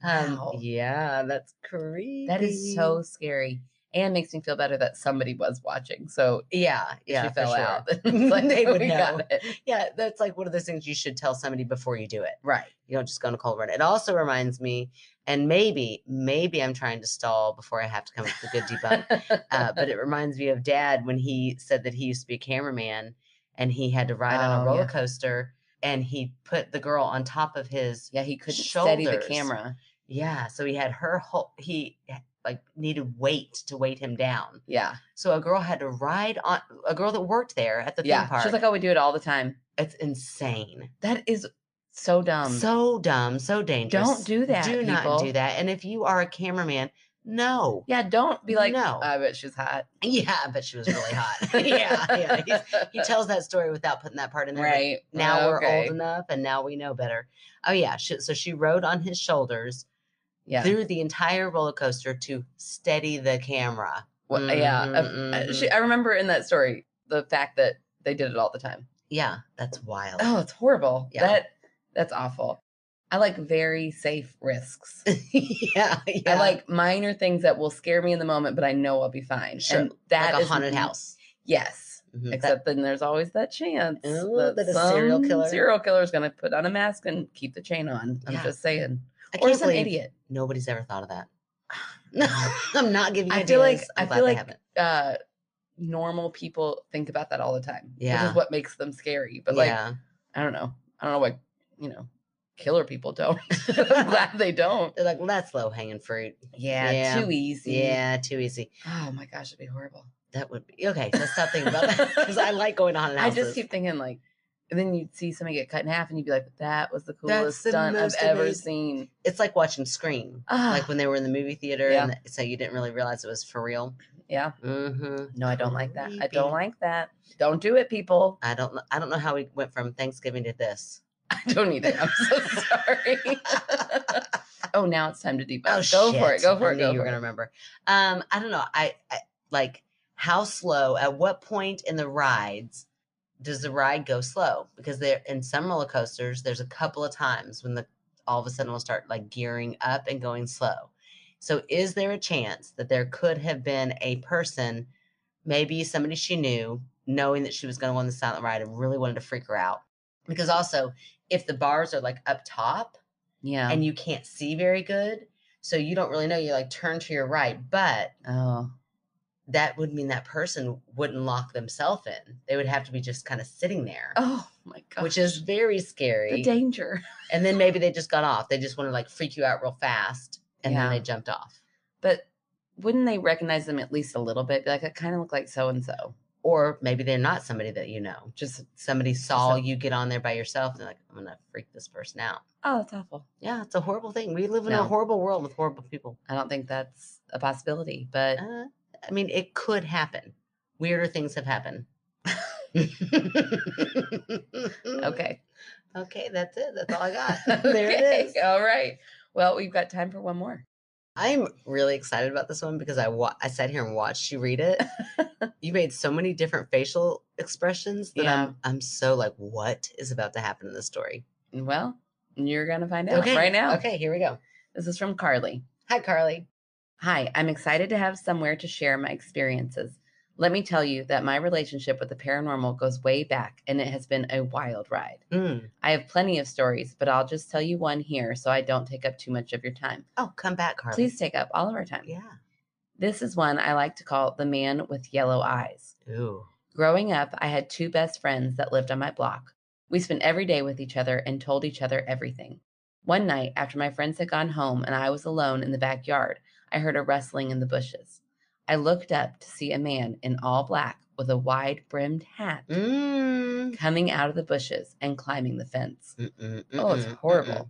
B: Wow.
C: um, yeah, that's creepy.
B: that is so scary, and makes me feel better that somebody was watching. So
C: Yeah, yeah,
B: she
C: for
B: fell
C: sure. [LAUGHS]
B: out. [LAUGHS] It's like, oh,
C: they would
B: we
C: know.
B: got it.
C: Yeah, that's like one of those things you should tell somebody before you do it.
B: Right.
C: You don't just go on a cold run. It also reminds me, and maybe, maybe I'm trying to stall before I have to come up with a good debunk.
B: [LAUGHS]
C: uh, but it reminds me of dad when he said that he used to be a cameraman and he had to ride on
B: Oh,
C: a roller
B: yeah.
C: coaster and he put the girl on top of his
B: yeah, he couldn't steady the
C: Shoulders.
B: camera.
C: yeah so he had her whole he h- like needed weight to weight him down
B: Yeah.
C: so a girl had to ride on a girl that worked there at the theme
B: yeah.
C: park
B: She's like, oh, we do it all the time.
C: it's insane
B: That is so dumb.
C: so dumb so dangerous
B: Um, do that,
C: do not
B: people.
C: do that and if you are a cameraman no
B: yeah, [LAUGHS] don't be like,
C: No.
B: I bet she's hot.
C: yeah but she was really hot [LAUGHS] yeah
B: [LAUGHS]
C: yeah He's- he tells that story without putting that part in there but
B: right.
C: now we're
B: Oh, Okay.
C: old enough and now we know better. Oh yeah, she, so she rode on his shoulders
B: Yeah.
C: through the entire roller coaster to steady the camera.
B: Well, yeah.
C: Mhm,
B: uh, uh, She, I remember in that story the fact that they did it all the time.
C: Yeah, that's wild.
B: Oh, it's horrible.
C: Yeah.
B: That that's awful. I like very safe
C: [LAUGHS]
B: risks.
C: [LAUGHS] yeah, yeah.
B: I like minor things that will scare me in the moment, but I know I'll be fine.
C: Sure,
B: And
C: like
B: that
C: a
B: is-
C: haunted house.
B: Yes.
C: Mhm, that-
B: Except then there's always that chance
C: Ooh, that a serial
B: some
C: killer-
B: serial killer is going to put on a mask and keep the chain on. I'm
C: Yeah.
B: just saying.
C: I
B: or
C: can't
B: some
C: believe
B: idiot.
C: nobody's ever thought of
B: [SIGHS]
C: that. No, [LAUGHS] I'm not giving. You
B: I feel like
C: ideas. I'm
B: I
C: glad
B: feel
C: they
B: like
C: haven't.
B: uh, normal people think about that all the time. which
C: Yeah.
B: is what makes them scary. But like,
C: yeah,
B: I don't know. I don't know why you know killer people don't. [LAUGHS] I'm glad they don't.
C: they're like well, that's low hanging fruit.
B: Yeah,
C: Yeah.
B: too easy.
C: Yeah, too easy.
B: Oh my gosh, it'd be horrible. [LAUGHS]
C: That would be okay. Let's stop thinking about that because I like going to haunted
B: I
C: houses.
B: just keep thinking like And then you'd see somebody get cut in half, and you'd be like, "That was the
C: That's
B: coolest
C: the
B: stunt I've
C: most
B: ever
C: amazing-
B: seen."
C: It's like watching Scream,
B: Ah,
C: like when they were in the movie theater,
B: Yeah.
C: and th- so you didn't really realize it was for real.
B: yeah.
C: Mm-hmm.
B: No, I don't like that. I
C: Creepy.
B: don't like that. Don't do it, people. [LAUGHS]
C: I don't. kn- I don't know how we went from Thanksgiving to this.
B: I don't either. I'm so sorry. [LAUGHS] oh, now it's time to debunk.
C: Oh,
B: go for it.
C: shit.
B: Go for
C: I
B: it.
C: knew
B: Go
C: you
B: for
C: were
B: it.
C: gonna remember. Um, I don't know. I, I like how slow. At what point in the rides does the ride go slow? Because there in some roller coasters, there's a couple of times when the all of a sudden will start like gearing up and going slow. So is there a chance that there could have been a person, maybe somebody she knew, knowing that she was going to go on the silent ride and really wanted to freak her out? Because also, if the bars are like up top,
B: Yeah.
C: and you can't see very good. So you don't really know. You like turn to your right, but
B: oh.
C: that would mean that person wouldn't lock themselves in. They would have to be just kind of sitting there,
B: Oh my god.
C: which is very scary.
B: the danger.
C: and then maybe they just got off. They just want to like freak you out real fast. And then
B: Yeah.
C: they jumped off.
B: But wouldn't they recognize them at least a little bit? Be like, I kind of look like so and so.
C: Or maybe they're not somebody that you know.
B: Just
C: Somebody saw
B: a-
C: you get on there by yourself and they're like, I'm going to freak this person out.
B: oh, that's awful.
C: Yeah, it's a horrible thing. We live in
B: No.
C: a horrible world with horrible people.
B: I don't think that's a possibility, but
C: Uh, I mean, it could happen. Weirder things have
B: [LAUGHS]
C: happened.
B: okay.
C: Okay, that's it. That's all
B: [LAUGHS]
C: I got. Oh. [LAUGHS] there
B: Okay,
C: it is.
B: All right. Well, we've got time for one
C: [LAUGHS]
B: more.
C: I'm really excited about this one because I wa- I sat here and watched you read it. [LAUGHS] you made so many different facial expressions that
B: Yeah.
C: I'm I'm so like, what is about to happen in this story?
B: Well, you're going to find out right now.
C: Okay, here we go.
B: This is from Carly.
C: Hi, Carly.
B: Hi, I'm excited to have somewhere to share my experiences. Let me tell you that my relationship with the paranormal goes way back and it has been a wild ride.
C: Mm.
B: I have plenty of stories, but I'll just tell you one here so I don't take up too much of your time.
C: Oh, come back, Carly.
B: Please take up all of our time.
C: Yeah.
B: This is one I like to call the man with yellow eyes.
C: Ooh.
B: Growing up, I had two best friends that lived on my block. We spent every day with each other and told each other everything. One night, after my friends had gone home and I was alone in the backyard, I heard a rustling in the bushes. I looked up to see a man in all black with a wide brimmed hat
C: Mm.
B: coming out of the bushes and climbing the fence.
C: Mm-mm,
B: Oh, it's
C: mm-mm, mm-mm.
B: horrible.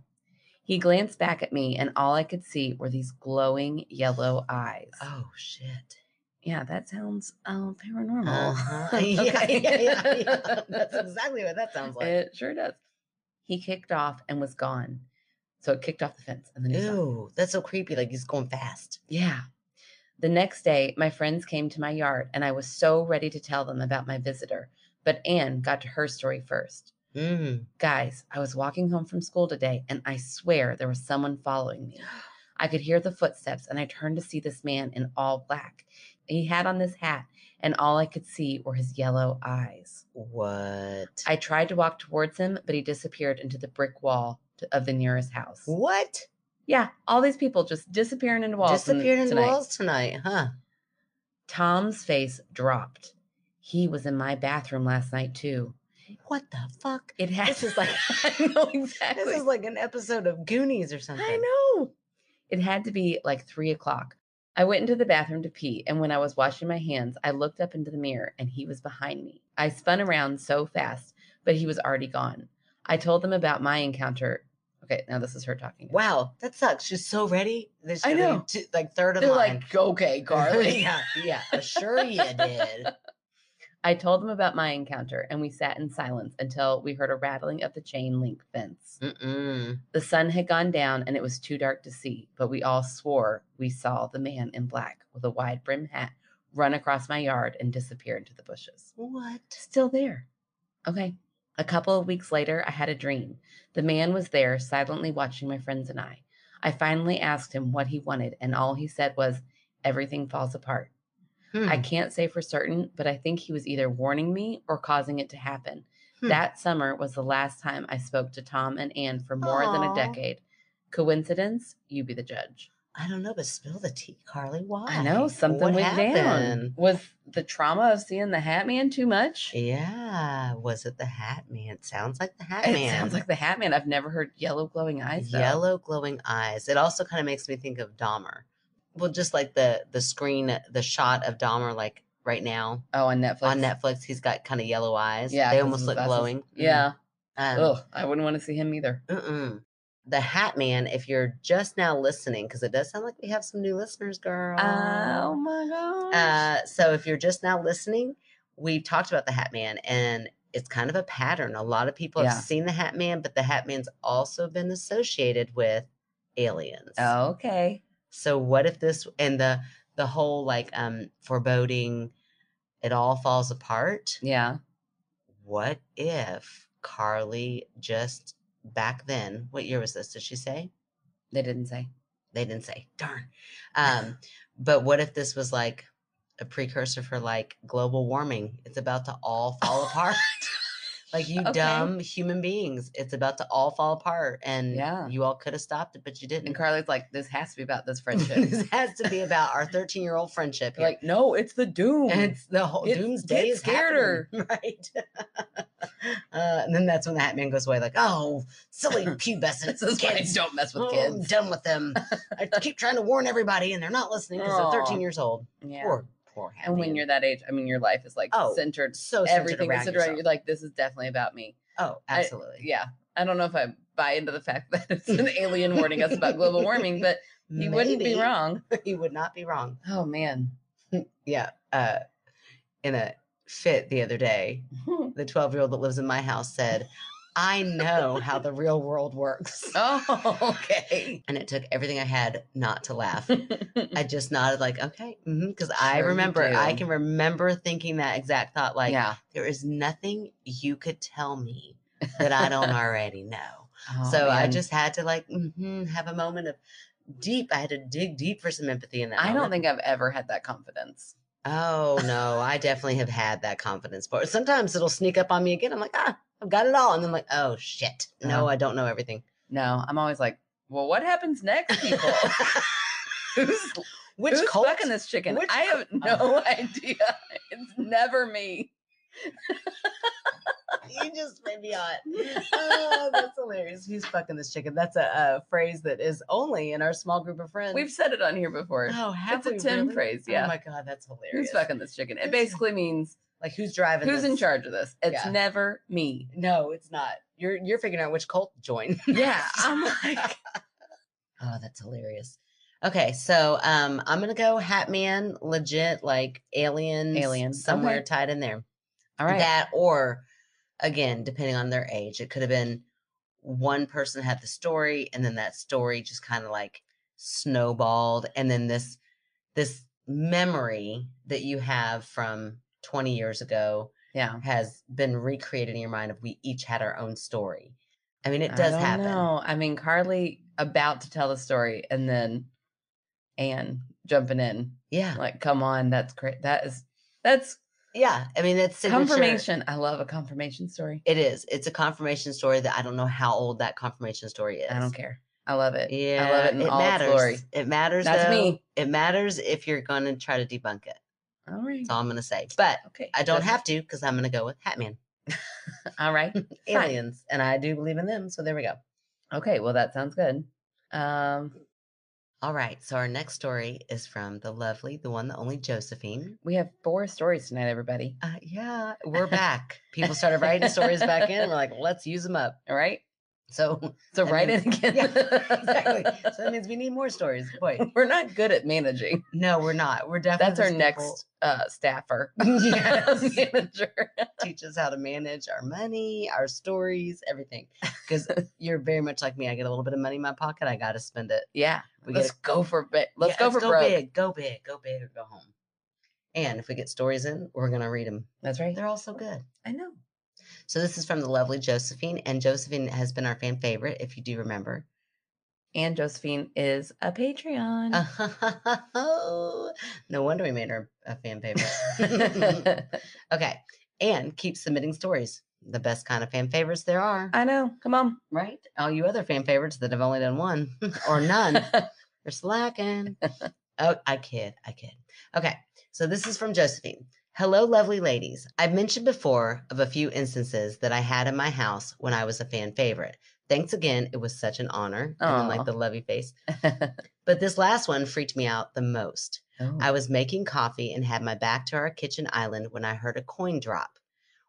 B: He glanced back at me, and all I could see were these glowing yellow eyes.
C: Oh shit.
B: Yeah, that sounds um, paranormal. [LAUGHS]
C: Uh-huh. [LAUGHS] yeah,
B: Okay.
C: yeah, yeah,
B: [LAUGHS]
C: yeah. [LAUGHS] That's exactly what that sounds like.
B: It sure does. He kicked off and was gone. So it kicked off the fence and then he was gone.
C: Ew, that's so creepy. Like he's going fast.
B: Yeah. The next day, my friends came to my yard and I was so ready to tell them about my visitor, but Anne got to her story first.
C: Mm.
B: Guys, I was walking home from school today and I swear there was someone following me. I could hear the footsteps and I turned to see this man in all black. He had on this hat and all I could see were his yellow eyes.
C: What?
B: I tried to walk towards him, but he disappeared into the brick wall to, of the nearest house.
C: what?
B: Yeah, all these people just disappearing into walls. in the-
C: Disappeared in the
B: tonight.
C: walls tonight, huh?
B: Tom's face dropped. He was in my bathroom last night too.
C: What the fuck?
B: It had [LAUGHS]
C: This is like-
B: I know exactly.
C: [LAUGHS] This is like an episode of Goonies or something.
B: I know. It had to be like three o'clock. I went into the bathroom to pee, and when I was washing my hands, I looked up into the mirror and he was behind me. I spun around so fast, but he was already gone. I told them about my encounter. Okay, now this is her talking. now.
C: Wow, that sucks. She's so ready. This
B: I
C: should be
B: know.
C: Two, like third of
B: They're [LAUGHS]
C: line.
B: like, okay, Carly.
C: [LAUGHS] yeah, yeah. Sure you did.
B: [LAUGHS] I told them about my encounter, and we sat in silence until we heard a rattling of the chain link fence. [LAUGHS]
C: Mm-mm.
B: The sun had gone down, and it was too dark to see, but we all swore we saw the man in black with a wide brim hat run across my yard and disappear into the bushes.
C: What?
B: Still there. Okay. A couple of weeks later, I had a dream. The man was there, silently watching my friends and I. I finally asked him what he wanted, and all he said was, Everything falls apart. I
C: Hmm.
B: can't say for certain, but I think he was either warning me or causing it to happen.
C: Hmm.
B: That summer was the last time I spoke to Tom and Ann for more than
C: Aw.
B: a decade. Coincidence? You be the judge.
C: I don't know, but spill the tea, Carly. Why?
B: I know something
C: What
B: went down.
C: happened?
B: Was the trauma of seeing the Hat Man too much?
C: Yeah. Was it the Hat Man? It sounds like the Hat
B: It
C: Man.
B: sounds like the Hat Man. I've never heard yellow glowing eyes. Though.
C: yellow glowing eyes. It also kind of makes me think of Dahmer. Well, just like the the screen, the shot of Dahmer like right now
B: Oh, on Netflix.
C: on Netflix. He's got kind of yellow eyes.
B: Yeah,
C: they
B: 'cause
C: almost
B: his
C: look
B: glasses-
C: glowing. Mhm.
B: Yeah.
C: Um,
B: Ugh, I wouldn't want to see him either.
C: Mm-mm. The Hat Man, if you're just now listening, because it does sound like we have some new listeners, girl.
B: Oh my gosh.
C: Uh, so if you're just now listening, we've talked about the Hat Man, and it's kind of a pattern. A lot of people
B: Yeah.
C: have seen the Hat Man, but the Hat Man's also been associated with aliens.
B: Oh. okay.
C: So what if this and the the whole like um foreboding, it all falls apart?
B: Yeah.
C: What if Carly just back then? What year was this? Did she say?
B: They didn't say.
C: they didn't say darn um but what if this was like a precursor for like global warming it's about to [LAUGHS] all fall apart like you
B: Okay.
C: dumb human beings it's about to all fall apart and
B: Yeah.
C: you all could have stopped it but you didn't
B: And Carly's like, this has to be about this
C: [LAUGHS]
B: friendship.
C: this has to be about our 13 year old friendship here.
B: [LAUGHS] like, no, it's the doom.
C: And [LAUGHS] it's the whole
B: Get-
C: doomsday
B: get
C: is
B: scared
C: happening, [LAUGHS] right? uh, and then that's when the hat man goes away, like, oh, silly pubescent [LAUGHS]
B: this is why
C: kids.
B: don't mess with
C: Oh, I'm
B: kids.
C: done with
B: [LAUGHS]
C: them. I keep trying to warn everybody, and they're not listening because
B: Aw.
C: they're 13 years old.
B: Oh. Yeah.
C: Poor, poor.
B: and when
C: Happy.
B: you're that age, I mean, your life is like
C: Oh,
B: centered.
C: so centered
B: Everything is
C: around
B: centered around. You're
C: yourself.
B: like, this is definitely about me.
C: oh,
B: I-
C: absolutely.
B: Yeah. I don't know if I buy into the fact [LAUGHS] that it's
C: [LAUGHS]
B: an alien warning us about global warming, but you wouldn't be
C: Maybe.
B: wrong.
C: You would not be wrong.
B: Oh,
C: [LAUGHS]
B: man.
C: Yeah. Uh, in a fit the
B: [LAUGHS]
C: other day, the 12 year old that lives in my house said, "I know how the real world works."
B: oh, [LAUGHS] okay.
C: [LAUGHS] And it took everything I had not
B: [LAUGHS]
C: to laugh. I just nodded, like, okay, because I
B: Sure you
C: remember, I
B: do.
C: can remember thinking that exact thought, like,
B: yeah.
C: there is nothing you could tell me that
B: [LAUGHS]
C: I don't already know.
B: Oh,
C: so I
B: man.
C: just had to like mhm, have a moment of deep. I had to dig deep for some empathy in that.
B: I don't
C: moment.
B: think I've ever had that confidence.
C: Oh no, I definitely have had that confidence part. Sometimes it'll sneak up on me again. I'm like, ah, I've got it all, and then I'm like, oh shit, no,
B: Uh-huh.
C: I don't know everything.
B: No, I'm always like, well, what happens next, people? [LAUGHS] who's
C: [LAUGHS] Which
B: who's
C: cult?
B: fucking this chicken?
C: Which
B: I have
C: cult-
B: no [LAUGHS] idea. It's never me.
C: [LAUGHS] you just made
B: [LAUGHS]
C: me hot. Oh, that's hilarious. Who's fucking this chicken? That's a, a phrase that is only in our small group of friends.
B: We've said it on here before.
C: oh, have
B: it's a
C: we
B: Tim
C: really?
B: phrase.
C: Oh
B: Yeah.
C: my god, that's hilarious.
B: who's fucking this chicken? It
C: Who's-
B: basically means
C: like who's driving?
B: who's in
C: this?
B: charge of this? It's
C: Yeah.
B: never me.
C: No, it's not. You're you're figuring out which cult to join.
B: [LAUGHS]
C: [LAUGHS]
B: Yeah. um I'm like,
C: oh, that's hilarious. Okay, so um I'm gonna go Hat Man, legit, like aliens,
B: Alien,
C: somewhere
B: okay.
C: tied in there.
B: all right.
C: That or again, depending on their age, it could have been one person had the story, and then that story just kind of like snowballed, and then this this memory that you have from 20 years ago
B: yeah.
C: has been recreated in your mind of we each had our own story. I mean, it
B: I
C: does
B: don't
C: happen.
B: know. I mean, Carly about to tell the story and then Anne jumping
C: [LAUGHS]
B: in.
C: Yeah.
B: Like, come on, that's great. That is that's
C: Yeah. I mean, it's signature-
B: confirmation. I love a confirmation story.
C: It is. It's a confirmation story that I don't know how old that confirmation story is.
B: I don't care. I love it.
C: Yeah.
B: I love it in all its
C: matters.
B: glory.
C: It matters.
B: That's
C: though.
B: me.
C: It matters if you're going to try to debunk it.
B: All right.
C: That's all I'm going to say.
B: Mm.
C: But
B: Okay.
C: I don't
B: doesn't-
C: have to because I'm going to go with Hatman,
B: All right. Fine.
C: aliens, and I do believe in them. So there we go.
B: [LAUGHS] Okay. Well, that sounds good. Um,
C: All right. So our next story is from the lovely, the one, the only Josephine.
B: we have four stories tonight, everybody.
C: Uh, yeah, we're back. People started writing stories back in. and We're like, let's use them up.
B: All right.
C: So [LAUGHS]
B: So
C: That
B: write it again.
C: yeah, exactly. So that means we need more stories. Boy,
B: [LAUGHS] We're not good at managing.
C: no, we're not. We're definitely
B: That's our
C: those people-
B: next uh, staffer [LAUGHS]
C: Yes.
B: manager.
C: Teach us how to manage our money, our stories, everything.
B: [LAUGHS]
C: Because you're very much like me. I get a little bit of money in my pocket. I got to spend it.
B: Yeah.
C: We
B: let's
C: get a-
B: go for bit. Let's go
C: Yeah,
B: for broke.
C: big. Go big. Go big or go home. And if we get stories in, we're gonna read them.
B: That's right.
C: They're all so good.
B: I know.
C: So this is from the lovely Josephine, and Josephine has been our fan favorite, if you do remember.
B: And Josephine is a Patreon. Mm.
C: Oh, [LAUGHS] no wonder we made her a fan favorite.
B: [LAUGHS]
C: [LAUGHS] okay. And keep submitting stories. The best kind of fan favorites there are.
B: I know. Come on.
C: right? All you other fan favorites that have only done one [LAUGHS] or none, you're slacking. Oh, I kid. I kid. Okay. So this is from Josephine. Hello, lovely ladies. I've mentioned before of a few instances that I had in my house when I was a fan favorite. Thanks again. It was such an honor. And then,
B: Aw.
C: like the lovey face. But this last one freaked me out the most.
B: Oh.
C: I was making coffee and had my back to our kitchen island when I heard a coin drop.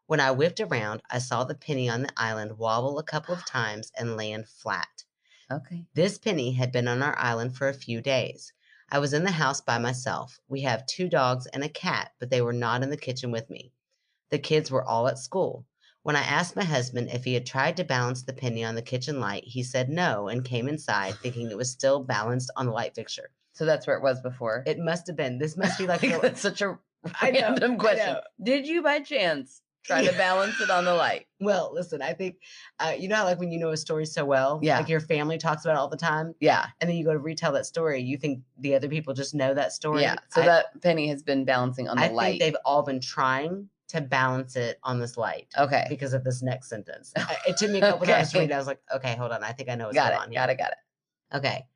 C: When I whipped around, I saw the penny on the island wobble a couple of times and land flat.
B: Oh, okay.
C: This penny had been on our island for a few days. I was in the house by myself. We have two dogs and a cat, but they were not in the kitchen with me. The kids were all at school. When I asked my husband if he had tried to balance the penny on the kitchen light, he said no and came inside thinking it was still balanced on the light fixture.
B: So that's where it was before.
C: It must have been. This must
B: [LAUGHS]
C: be like a-
B: that's such a
C: I know,
B: random
C: I
B: question.
C: know.
B: Did you by chance try
C: [LAUGHS]
B: to
C: Yeah.
B: balance it on the light?
C: Well, listen, I think uh, you know how like when you know a story so well,
B: Yeah.
C: like your family talks about it all the time,
B: Yeah.
C: and then you go to retell that story, you think the other people just know that story.
B: Yeah. So
C: I,
B: that penny has been balancing on the
C: I
B: light.
C: think they've all been trying to balance it on this light
B: okay.
C: because of this next sentence. I- it took me a couple times to read.
B: Okay.
C: it. I was like, okay, hold on, I think
B: [LAUGHS]
C: I know what's
B: Got
C: going on.
B: it. Got it. Got it.
C: Okay.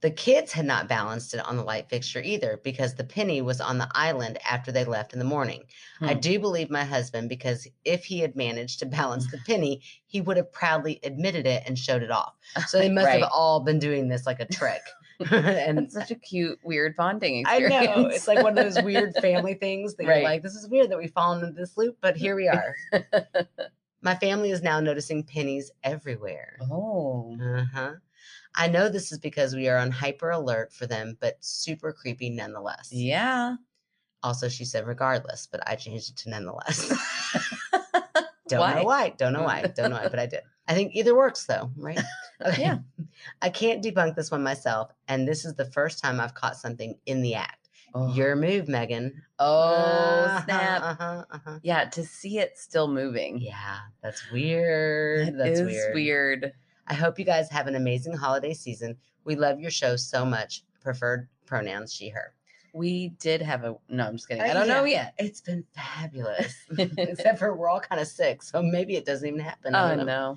C: The kids had not balanced it on the light fixture either because the penny was on the island after they left in the morning. I
B: Hmm.
C: do believe my husband because if he had managed to
B: [LAUGHS]
C: balance the penny, he would have proudly admitted it and showed it off.
B: [LAUGHS]
C: So they must
B: Right.
C: have all been doing this like
B: [LAUGHS]
C: a trick. [LAUGHS] and
B: That's such a cute, weird bonding
C: I
B: experience.
C: know it's like one of those weird family things that
B: Right.
C: you're like, this is weird that we've fallen into this loop, but here
B: [LAUGHS]
C: we are. my family is now noticing pennies everywhere.
B: [LAUGHS] oh.
C: Uh-huh. I know this is because we are on hyper alert for them, but super creepy nonetheless.
B: Yeah.
C: Also, she said regardless, but I changed it
B: [LAUGHS]
C: to nonetheless. Don't know why. Don't know why. Don't know why, but I did.
B: [LAUGHS]
C: I think either works though, right?
B: Yeah.
C: [LAUGHS] I can't debunk this one myself, and this is the first time I've caught something in the act.
B: Oh.
C: Your move, Megan.
B: oh snap.
C: Uh huh. Uh-huh.
B: Yeah. To see it still moving.
C: Yeah, that's weird.
B: That
C: that's
B: is
C: weird.
B: weird.
C: I hope you guys have an amazing holiday season. We love your show so much. Preferred pronouns she, her.
B: We did have a no. I'm just kidding.
C: Uh,
B: I don't know
C: yeah.
B: yet.
C: It's been
B: [LAUGHS]
C: fabulous. Except for we're all kind of sick, so maybe it doesn't even happen. I
B: Oh
C: don't know.
B: no.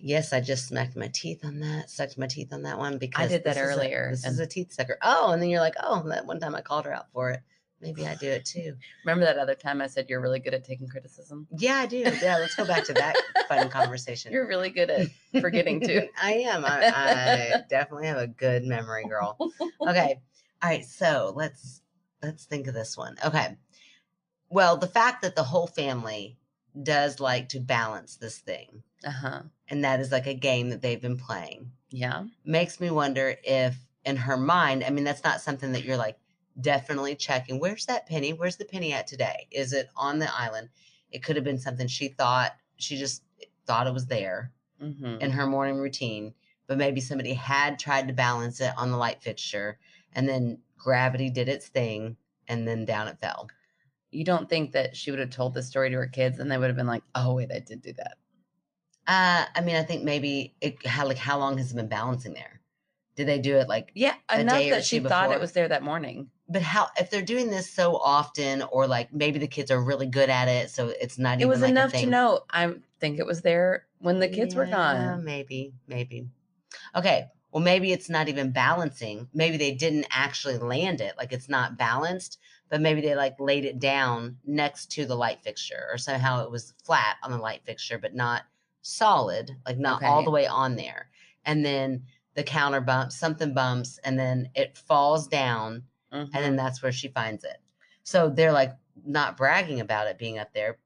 C: Yes, I just smacked my teeth on that, sucked my teeth on that one because
B: did that
C: this is a-
B: earlier,
C: this is
B: and-
C: a teeth sucker. Oh, and then you're like, oh, that one time I called her out for it. Maybe I do it too.
B: Remember that other time I said you're really good at taking criticism?
C: Yeah, I do. Yeah, let's go back to that
B: [LAUGHS]
C: fun conversation.
B: You're really good [LAUGHS] at
C: [LAUGHS]
B: forgetting too.
C: I am.
B: [LAUGHS]
C: I, I definitely have a good memory, girl. Okay. All right. So let's let's think of this one. Okay. Well, the fact that the whole family does like to balance this thing,
B: Uh huh.
C: and that is like a game that they've been playing,
B: Yeah.
C: makes me wonder if in her mind, I mean, that's not something that you're like definitely checking. Where's that penny? Where's the penny at today? Is it on the island? It could have been something she thought she just thought it was there
B: hmm
C: in her morning routine, but maybe somebody had tried to balance it on the light fixture and then gravity did its thing and then down it fell.
B: You don't think that she would have told this story to her kids and they would have been like, "Oh wait, I did do that."
C: Uh, I mean, I think maybe it how like how long has it been balancing there? Did they do it like
B: Yeah,
C: A
B: enough
C: day or
B: that she
C: two
B: thought it
C: before.
B: was there that morning.
C: but how if they're doing this so often or like maybe the kids are really good at it so it's not
B: it
C: even
B: was
C: like
B: enough
C: a thing.
B: to know. I think it was there when the kids were
C: Yeah,
B: gone.
C: Maybe, maybe. Okay. Well, maybe it's not even balancing. Maybe they didn't actually land it. Like it's not balanced, but maybe they like laid it down next to the light fixture or somehow it was flat on the light fixture, but not solid, like not all
B: Okay.
C: the way on there. And then the counter bumps, something bumps, and then it falls down.
B: Mhm.
C: And then that's where she finds it. So they're like not bragging about it being up there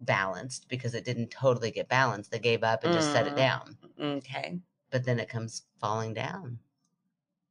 C: balanced because it didn't totally get balanced. They gave up and just set it
B: Mm.
C: down.
B: okay.
C: But then it comes falling down.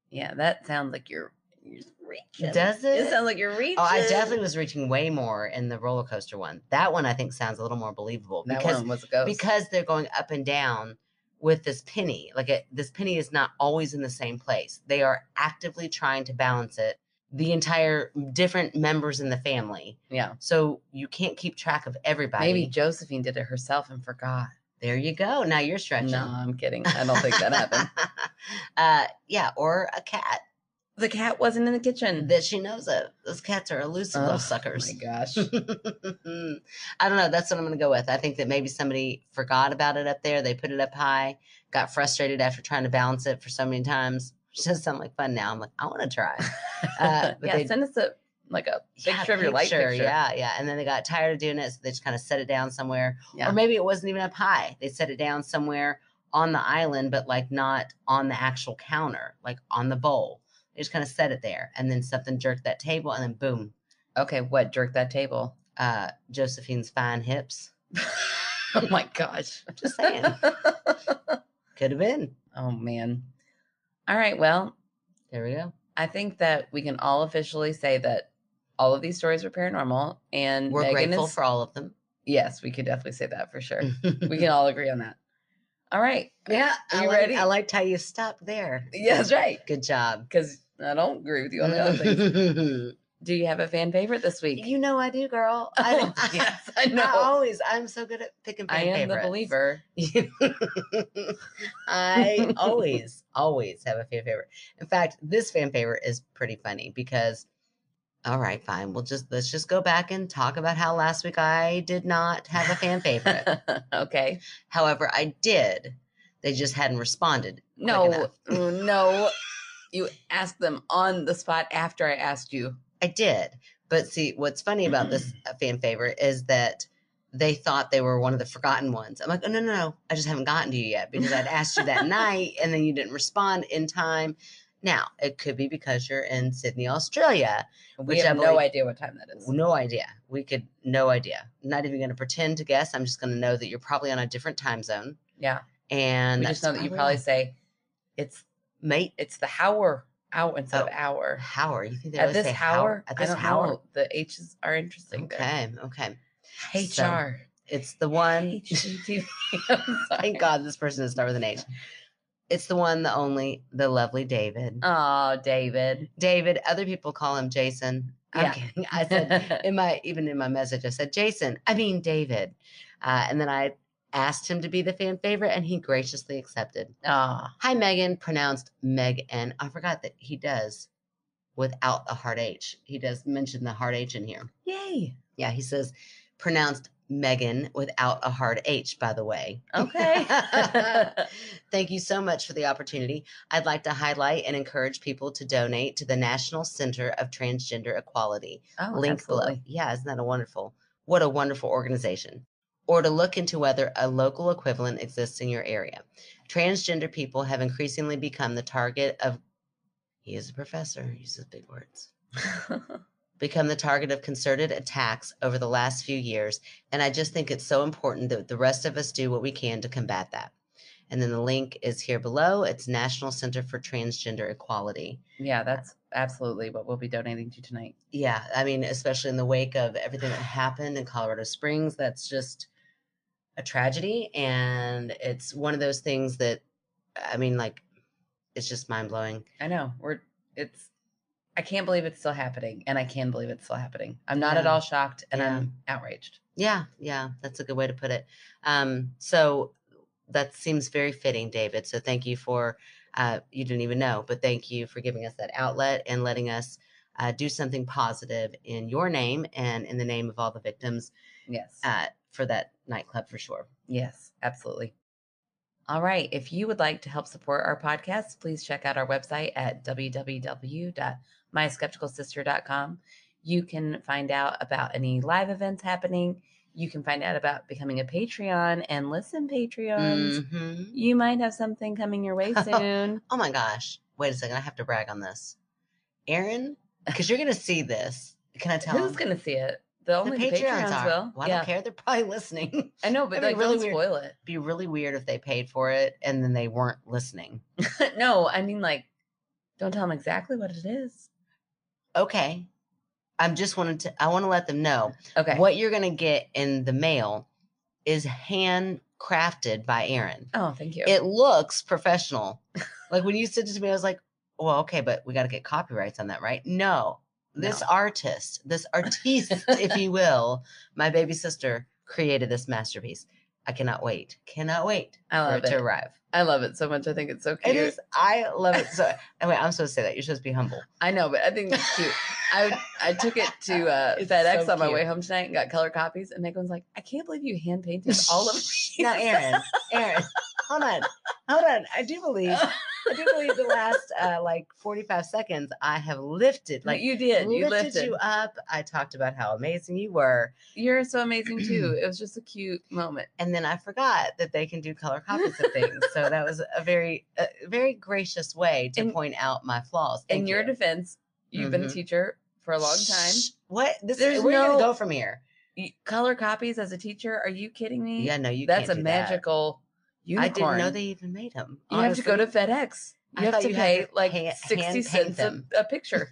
B: Yeah, that sounds like you're, you're just reaching.
C: Does
B: It
C: it?
B: sounds like you're reaching.
C: Oh, I definitely was reaching way more in the roller coaster one. That one I think sounds a little more believable
B: That
C: because
B: one was a ghost.
C: because they're going up and down with this penny. Like it, this penny is not always in the same place. They are actively trying to balance it. The entire different members in the family.
B: yeah.
C: So you can't keep track of everybody.
B: Maybe Josephine did it herself and forgot.
C: There you go. Now you're stretching.
B: No, I'm kidding. I don't think [LAUGHS] that happened.
C: [LAUGHS] uh, yeah, or a cat
B: The cat wasn't in the kitchen.
C: that she knows of. Those cats are elusive
B: Oh,
C: little
B: Oh
C: [LAUGHS] suckers.
B: my [LAUGHS] gosh.
C: I don't know. That's what I'm going to go with. I think that maybe somebody forgot about it up there. They put it up high, got frustrated after trying to balance it for so many times. It does sound like fun now. I'm like, I want to try. Uh, but
B: yeah,
C: they-
B: send us a like a picture
C: Yeah,
B: of your light picture.
C: Yeah, yeah. And then they got tired of doing it. So they just kind of set it down somewhere.
B: Yeah.
C: Or maybe it wasn't even up high. They set it down somewhere on the island, but like not on the actual counter, like on the bowl. They just kind of set it there, and then something jerked that table, and then boom,
B: Okay, what jerked that table? [LAUGHS]
C: uh, Josephine's fine hips.
B: oh my gosh. [LAUGHS]
C: Just saying, could have been.
B: oh man. All right, well,
C: There we go.
B: I think that we can all officially say that all of these stories were paranormal and
C: We're
B: Megan
C: grateful
B: is
C: for all of them.
B: Yes, we could definitely say that for
C: [LAUGHS]
B: sure. we can all agree on that. All right.
C: yeah,
B: Are
C: I
B: you
C: like-
B: ready?
C: I liked how you stopped there.
B: Yeah, that's right.
C: Good job.
B: Because I don't agree with you on the other
C: [LAUGHS]
B: things. Do you have a fan favorite this week?
C: you know I do, girl.
B: [LAUGHS] Oh,
C: I, I,
B: yes, I
C: I
B: know.
C: always, I'm so good at picking.
B: I
C: fan
B: am the
C: favorites.
B: believer.
C: [LAUGHS]
B: [LAUGHS]
C: I always, always have a fan favorite. In fact, this fan favorite is pretty funny because, all right, fine, we'll just let's just go back and talk about how last week I did not have a
B: [LAUGHS]
C: fan favorite.
B: okay.
C: However, I did. They just hadn't responded. quick
B: No,
C: enough.
B: mm, no. You asked them on the spot after I asked you.
C: I did. But see, what's funny
B: [CLEARS THROAT]
C: about this uh, fan favorite is that they thought they were one of the forgotten ones. I'm like, oh, no, no, no. I just haven't gotten to you yet because I'd asked you
B: [LAUGHS]
C: that night and then you didn't respond in time. Now, it could be because you're in Sydney, Australia.
B: We
C: Which
B: have
C: I
B: no
C: believe-
B: idea what time that is.
C: No idea. We could, no idea. Not even going to pretend to guess. I'm just going to know that you're probably on a different time zone.
B: Yeah.
C: And
B: we just know
C: that's
B: that you probably
C: probably
B: say it's
C: why. mate,
B: it's the hour out instead of
C: Oh,
B: hour.
C: Howard. You think they
B: At
C: always
B: this
C: say
B: hour,
C: Howard? At
B: I
C: this
B: don't
C: Howard.
B: know. The H's are interesting. There.
C: Okay. Okay. So,
B: HR.
C: It's the one.
B: HGTV.
C: [LAUGHS]
B: I'm [LAUGHS]
C: Thank God this person doesn't start with an H. It's the one, the only, the lovely David.
B: Oh, David.
C: David, other people call him Jason. I'm
B: Yeah.
C: kidding. I said
B: [LAUGHS]
C: in my even in my message, I said Jason. I mean David, uh, and then I asked him to be the fan favorite, and he graciously accepted.
B: Ah,
C: Hi, Megan, pronounced Meg, and I forgot that he does without the hard H. He does mention the hard H in here.
B: yay.
C: Yeah, he says pronounced Megan without a hard H. By the way,
B: Oh,
C: [LAUGHS]
B: Okay. Oh,
C: Thank you so much for the opportunity. I'd like to highlight and encourage people to donate to the National Center of Transgender Equality.
B: oh,
C: Link below.
B: absolutely.
C: Yeah, isn't that a wonderful? What a wonderful organization. Or to look into whether a local equivalent exists in your area. Transgender people have increasingly become the target of, he is a professor, he uses big words become the target of concerted attacks over the last few years, and I just think it's so important that the rest of us do what we can to combat that. And then the link is here below. It's National Center for Transgender Equality.
B: [LAUGHS] yeah, that's absolutely what we'll be donating to tonight.
C: Yeah, I mean, especially in the wake of everything that happened in Colorado Springs, that's just a tragedy. And it's one of those things that, I mean, like, it's just mind blowing.
B: I know. We're it's I can't believe it's still happening and I can believe it's still happening. I'm not at
C: Yeah.
B: all shocked and
C: Yeah.
B: I'm outraged.
C: Yeah, yeah, that's a good way to put it. Um, so that seems very fitting, David. So thank you for uh, you didn't even know, but thank you for giving us that outlet and letting us uh, do something positive in your name and in the name of all the victims
B: Yes.
C: uh, for that nightclub for sure.
B: Yes, absolutely. All right. If you would like to help support our podcast, please check out our website at www.myskepticalsister.com. You can find out about any live events happening. You can find out about becoming a Patreon and listen Patreons.
C: Mhm.
B: You might have something coming your
C: [LAUGHS]
B: way soon.
C: Oh my gosh! Wait a second, I have to brag on this, Aaron,
B: [LAUGHS]
C: because you're gonna see this. Can I tell
B: Who's
C: 'em?
B: going to see it? The
C: the
B: only the
C: Patreons
B: Patreons,
C: are.
B: will.
C: Well, I
B: yeah.
C: don't care. They're probably [LAUGHS] listening.
B: I know, but
C: That'd be
B: like,
C: really
B: don't
C: weird.
B: spoil it.
C: be really weird if they paid for it and then they weren't listening.
B: [LAUGHS] no, I mean, like, don't tell them exactly what it is.
C: Okay. I'm just wanted to I want to let them know
B: Okay.
C: what you're gonna get in the mail is handcrafted by Aaron.
B: Oh, thank you.
C: It looks professional. [LAUGHS] like when you sent it to me, I was like, well, okay, but we gotta get copyrights on that, right? No. This
B: No.
C: artist, this artiste,
B: [LAUGHS]
C: if you will, my baby sister created this masterpiece. I cannot wait. Cannot wait
B: I
C: for
B: love
C: it to
B: it.
C: arrive.
B: I love it so much. I think it's so
C: It
B: cute.
C: is. I love it. So anyway, I'm supposed to say that. You're supposed to be
B: [LAUGHS]
C: humble.
B: I know, but I think it's cute. I I took it
C: [LAUGHS]
B: to uh,
C: It's
B: FedEx
C: so
B: on my way
C: cute.
B: home tonight and got color copies. And Megan was like, "I can't believe you hand
C: [LAUGHS]
B: painted all of these."
C: [LAUGHS] Now, Aaron, Aaron, hold on, hold on. I do believe I do believe the last uh, like 45 seconds, I have lifted,
B: Like
C: like
B: you did. You
C: lifted,
B: lifted.
C: you up. I talked about how amazing you were,
B: You're so amazing
C: [CLEARS THROAT]
B: too. It was just a cute moment.
C: and then I forgot that they can do color copies of things. so that was a very, a very gracious way to
B: In-
C: point out my flaws.
B: In
C: Thank
B: your
C: you.
B: defense, you've been a
C: Mhm.
B: teacher for a long time.
C: Shh, What? This
B: There's
C: is where are you
B: no-
C: gonna go from here?
B: You- color copies as a teacher? Are you kidding me?
C: Yeah, no, you.
B: Mm, That's
C: can't
B: a
C: do that.
B: magical
C: I
B: unicorn.
C: didn't know they even made them.
B: You have to go to FedX.
C: I
B: You have
C: thought
B: to
C: you had
B: pay
C: to
B: like
C: hand- hand
B: sixty
C: paint
B: cents a,
C: them.
B: a picture.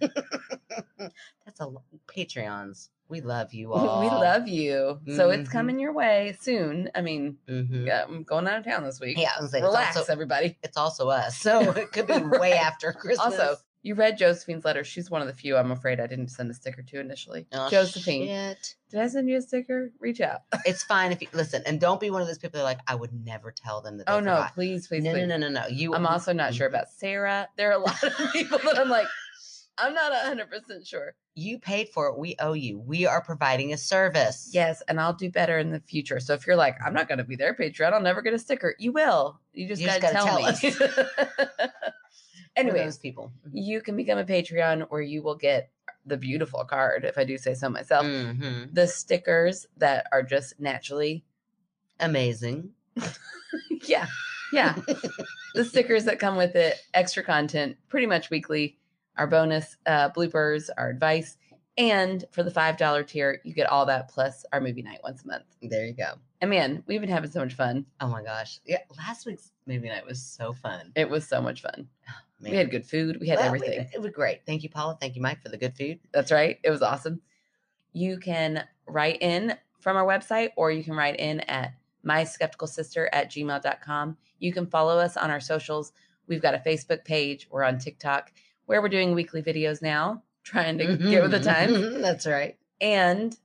C: That's a lo- Patreons. We love
B: [LAUGHS]
C: you
B: we
C: all.
B: love you, so it's
C: Mhm.
B: coming your way soon. I mean,
C: Mhm.
B: yeah, I'm going out of town this week.
C: [LAUGHS] Yeah, I was like,
B: relax,
C: It's also,
B: everybody.
C: it's
B: [LAUGHS]
C: also us, so it could be way
B: Right.
C: after Christmas.
B: Also, you read Josephine's letter. She's one of the few I'm afraid I didn't send a sticker to initially.
C: Oh,
B: Josephine,
C: shit.
B: [LAUGHS] did I send you a sticker? Reach out.
C: it's fine if you listen, and don't be one of those people that are like, I would never tell them that. They
B: oh no,
C: forgot."
B: please, please,
C: no,
B: please.
C: no, no, no, no. You,
B: I'm also not sure about Sarah. There are a lot of [LAUGHS] people that I'm like, I'm not 100 percent sure.
C: You paid for it. We owe you. We are providing a service.
B: Yes, and I'll do better in the future. So if you're like, I'm not going to be their Patreon, I'll never get a sticker. You will. You just
C: You
B: got
C: just
B: to tell,
C: gotta
B: me.
C: We're
B: [LAUGHS] Anyways,
C: those people.
B: you can become a Patreon where you will get the beautiful card, if I do say so myself.
C: hmm
B: The stickers that are just naturally, [LAUGHS]
C: Amazing.
B: yeah, yeah. the stickers that come with it, extra content, pretty much weekly, our bonus uh, bloopers, our advice, and for the five dollar tier, you get all that plus our movie night once a month.
C: There you go.
B: And man, we've been having so much fun.
C: Oh my gosh. Yeah, last week's movie night was so fun.
B: It was so much fun.
C: Man.
B: We had good food. We had
C: Well, we-
B: everything.
C: it was great. Thank you, Paula. Thank you, Mike, for the good food.
B: That's right. It was awesome. You can write in from our website or you can write in at myskepticalsister at gmail.com. You can follow us on our socials. We've got a Facebook page. We're on TikTok where we're doing weekly videos now, [LAUGHS] trying to get with the
C: [LAUGHS]
B: time.
C: Mhm. That's right.
B: And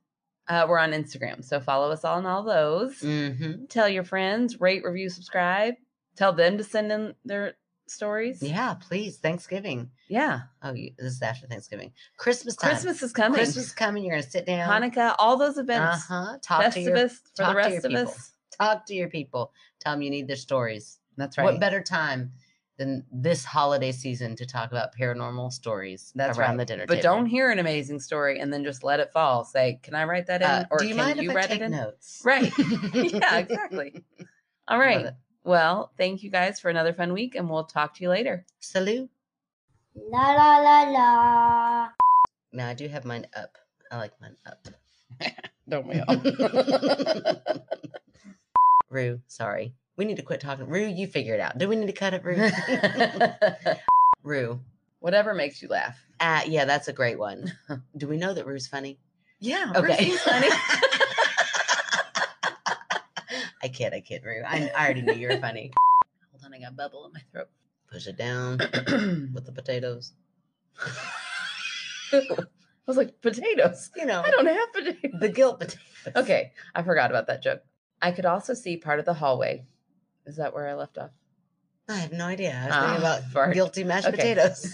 B: uh, we're on Instagram. So follow us on all those.
C: hmm
B: Tell your friends, rate, review, subscribe. Tell them to send in their stories.
C: Yeah, please. Thanksgiving.
B: Yeah.
C: Oh, you, this is after Thanksgiving. Christmas time.
B: Christmas is coming.
C: Christmas is coming. You're gonna sit down.
B: Hanukkah, all those
C: Uh
B: events.
C: huh. Talk to your
B: Festivus for
C: talk
B: the
C: to your
B: rest of
C: people.
B: us.
C: talk to your people. Tell them you need their stories.
B: That's
C: What better time than this holiday season to talk about paranormal stories
B: That's
C: around
B: right.
C: the dinner
B: but
C: table?
B: don't hear an amazing story and then just let it fall. Say, can I write that in?
C: Uh,
B: or
C: do you
B: can
C: mind
B: you
C: if I
B: write
C: take
B: it in?
C: notes?
B: [LAUGHS]
C: [LAUGHS]
B: Right. yeah, exactly. All
C: Right.
B: right. Well, thank you guys for another fun week and we'll talk to you later.
C: Salute.
A: La la la la.
C: Now I do have mine up. I like mine up.
B: Don't [LAUGHS]
C: [LAUGHS] Rue, sorry. We need to quit talking. Rue, you figure it out. Do we need to cut
B: [LAUGHS]
C: it, Rue?
B: all?
C: Rue.
B: Whatever makes you laugh.
C: Uh, yeah, that's a great one. Do we know that Rue's funny?
B: Yeah.
C: Okay.
B: Ruthie's funny. [LAUGHS]
C: I kid, I kid, Rue. I, I already knew you were funny.
B: Hold on, I got bubble in my
C: Push
B: [COUGHS]
C: it down
B: throat. [CLEARS THROAT]
C: with the potatoes.
B: I was like, potatoes.
C: You know,
B: I don't have potatoes.
C: the guilt potatoes.
B: Okay, I forgot about that joke. I could also see part of the hallway. Is that where I left off?
C: I have no idea. I was
B: Ah,
C: thinking about
B: fart.
C: guilty mashed
B: Okay. [LAUGHS]
C: potatoes.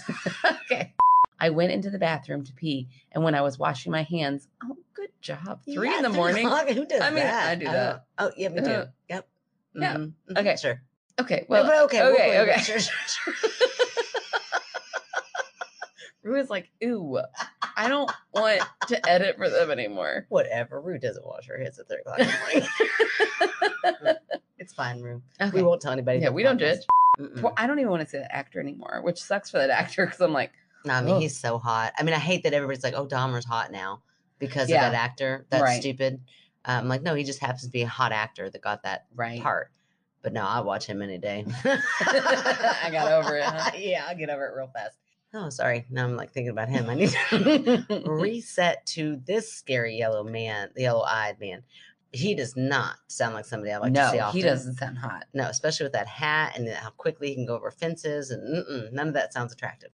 B: okay. [LAUGHS] I went into the bathroom to pee, and when I was washing my hands, oh, good job. Three
C: Yeah,
B: in the morning.
C: o'clock. Who does
B: I mean,
C: that?
B: I do
C: don't-
B: that.
C: Oh, yeah, me too.
B: Uh,
C: yep.
B: yeah.
C: Mhm, mhm,
B: Okay.
C: Sure.
B: Okay,
C: Well,
B: well,
C: but okay. we'll
B: okay,
C: believe it.
B: okay.
C: [LAUGHS] Sure, sure, sure.
B: Rue is like, ooh, I don't want to edit for them anymore.
C: Whatever. Rue doesn't wash her hands at three o'clock in the morning.
B: [LAUGHS]
C: [LAUGHS] it's fine, Rue.
B: okay.
C: We won't tell anybody.
B: Yeah,
C: about
B: we
C: the
B: don't
C: podcast.
B: judge.
C: Mm-mm.
B: Well, I don't even want to say that actor anymore, which sucks for that actor because I'm like,
C: No, I mean
B: Ugh.
C: he's so hot. I mean, I hate that everybody's like, "Oh, Dahmer's hot now because
B: Yeah.
C: of that actor." That's
B: Right.
C: stupid. Uh, I'm like, no, he just happens to be a hot actor that got that
B: right. [LAUGHS]
C: part. But no, I watch him any day.
B: I got over it, huh?
C: [LAUGHS] yeah, I'll get over it real fast. Oh, sorry. Now I'm like thinking about him.
B: [LAUGHS]
C: I need to
B: Mm-hmm.
C: reset to this scary yellow man, the yellow-eyed man. He does not sound like somebody I like to see
B: no,
C: often.
B: he doesn't sound hot.
C: No, especially with that hat and how quickly he can go over fences, and mm-mm, none of that sounds attractive.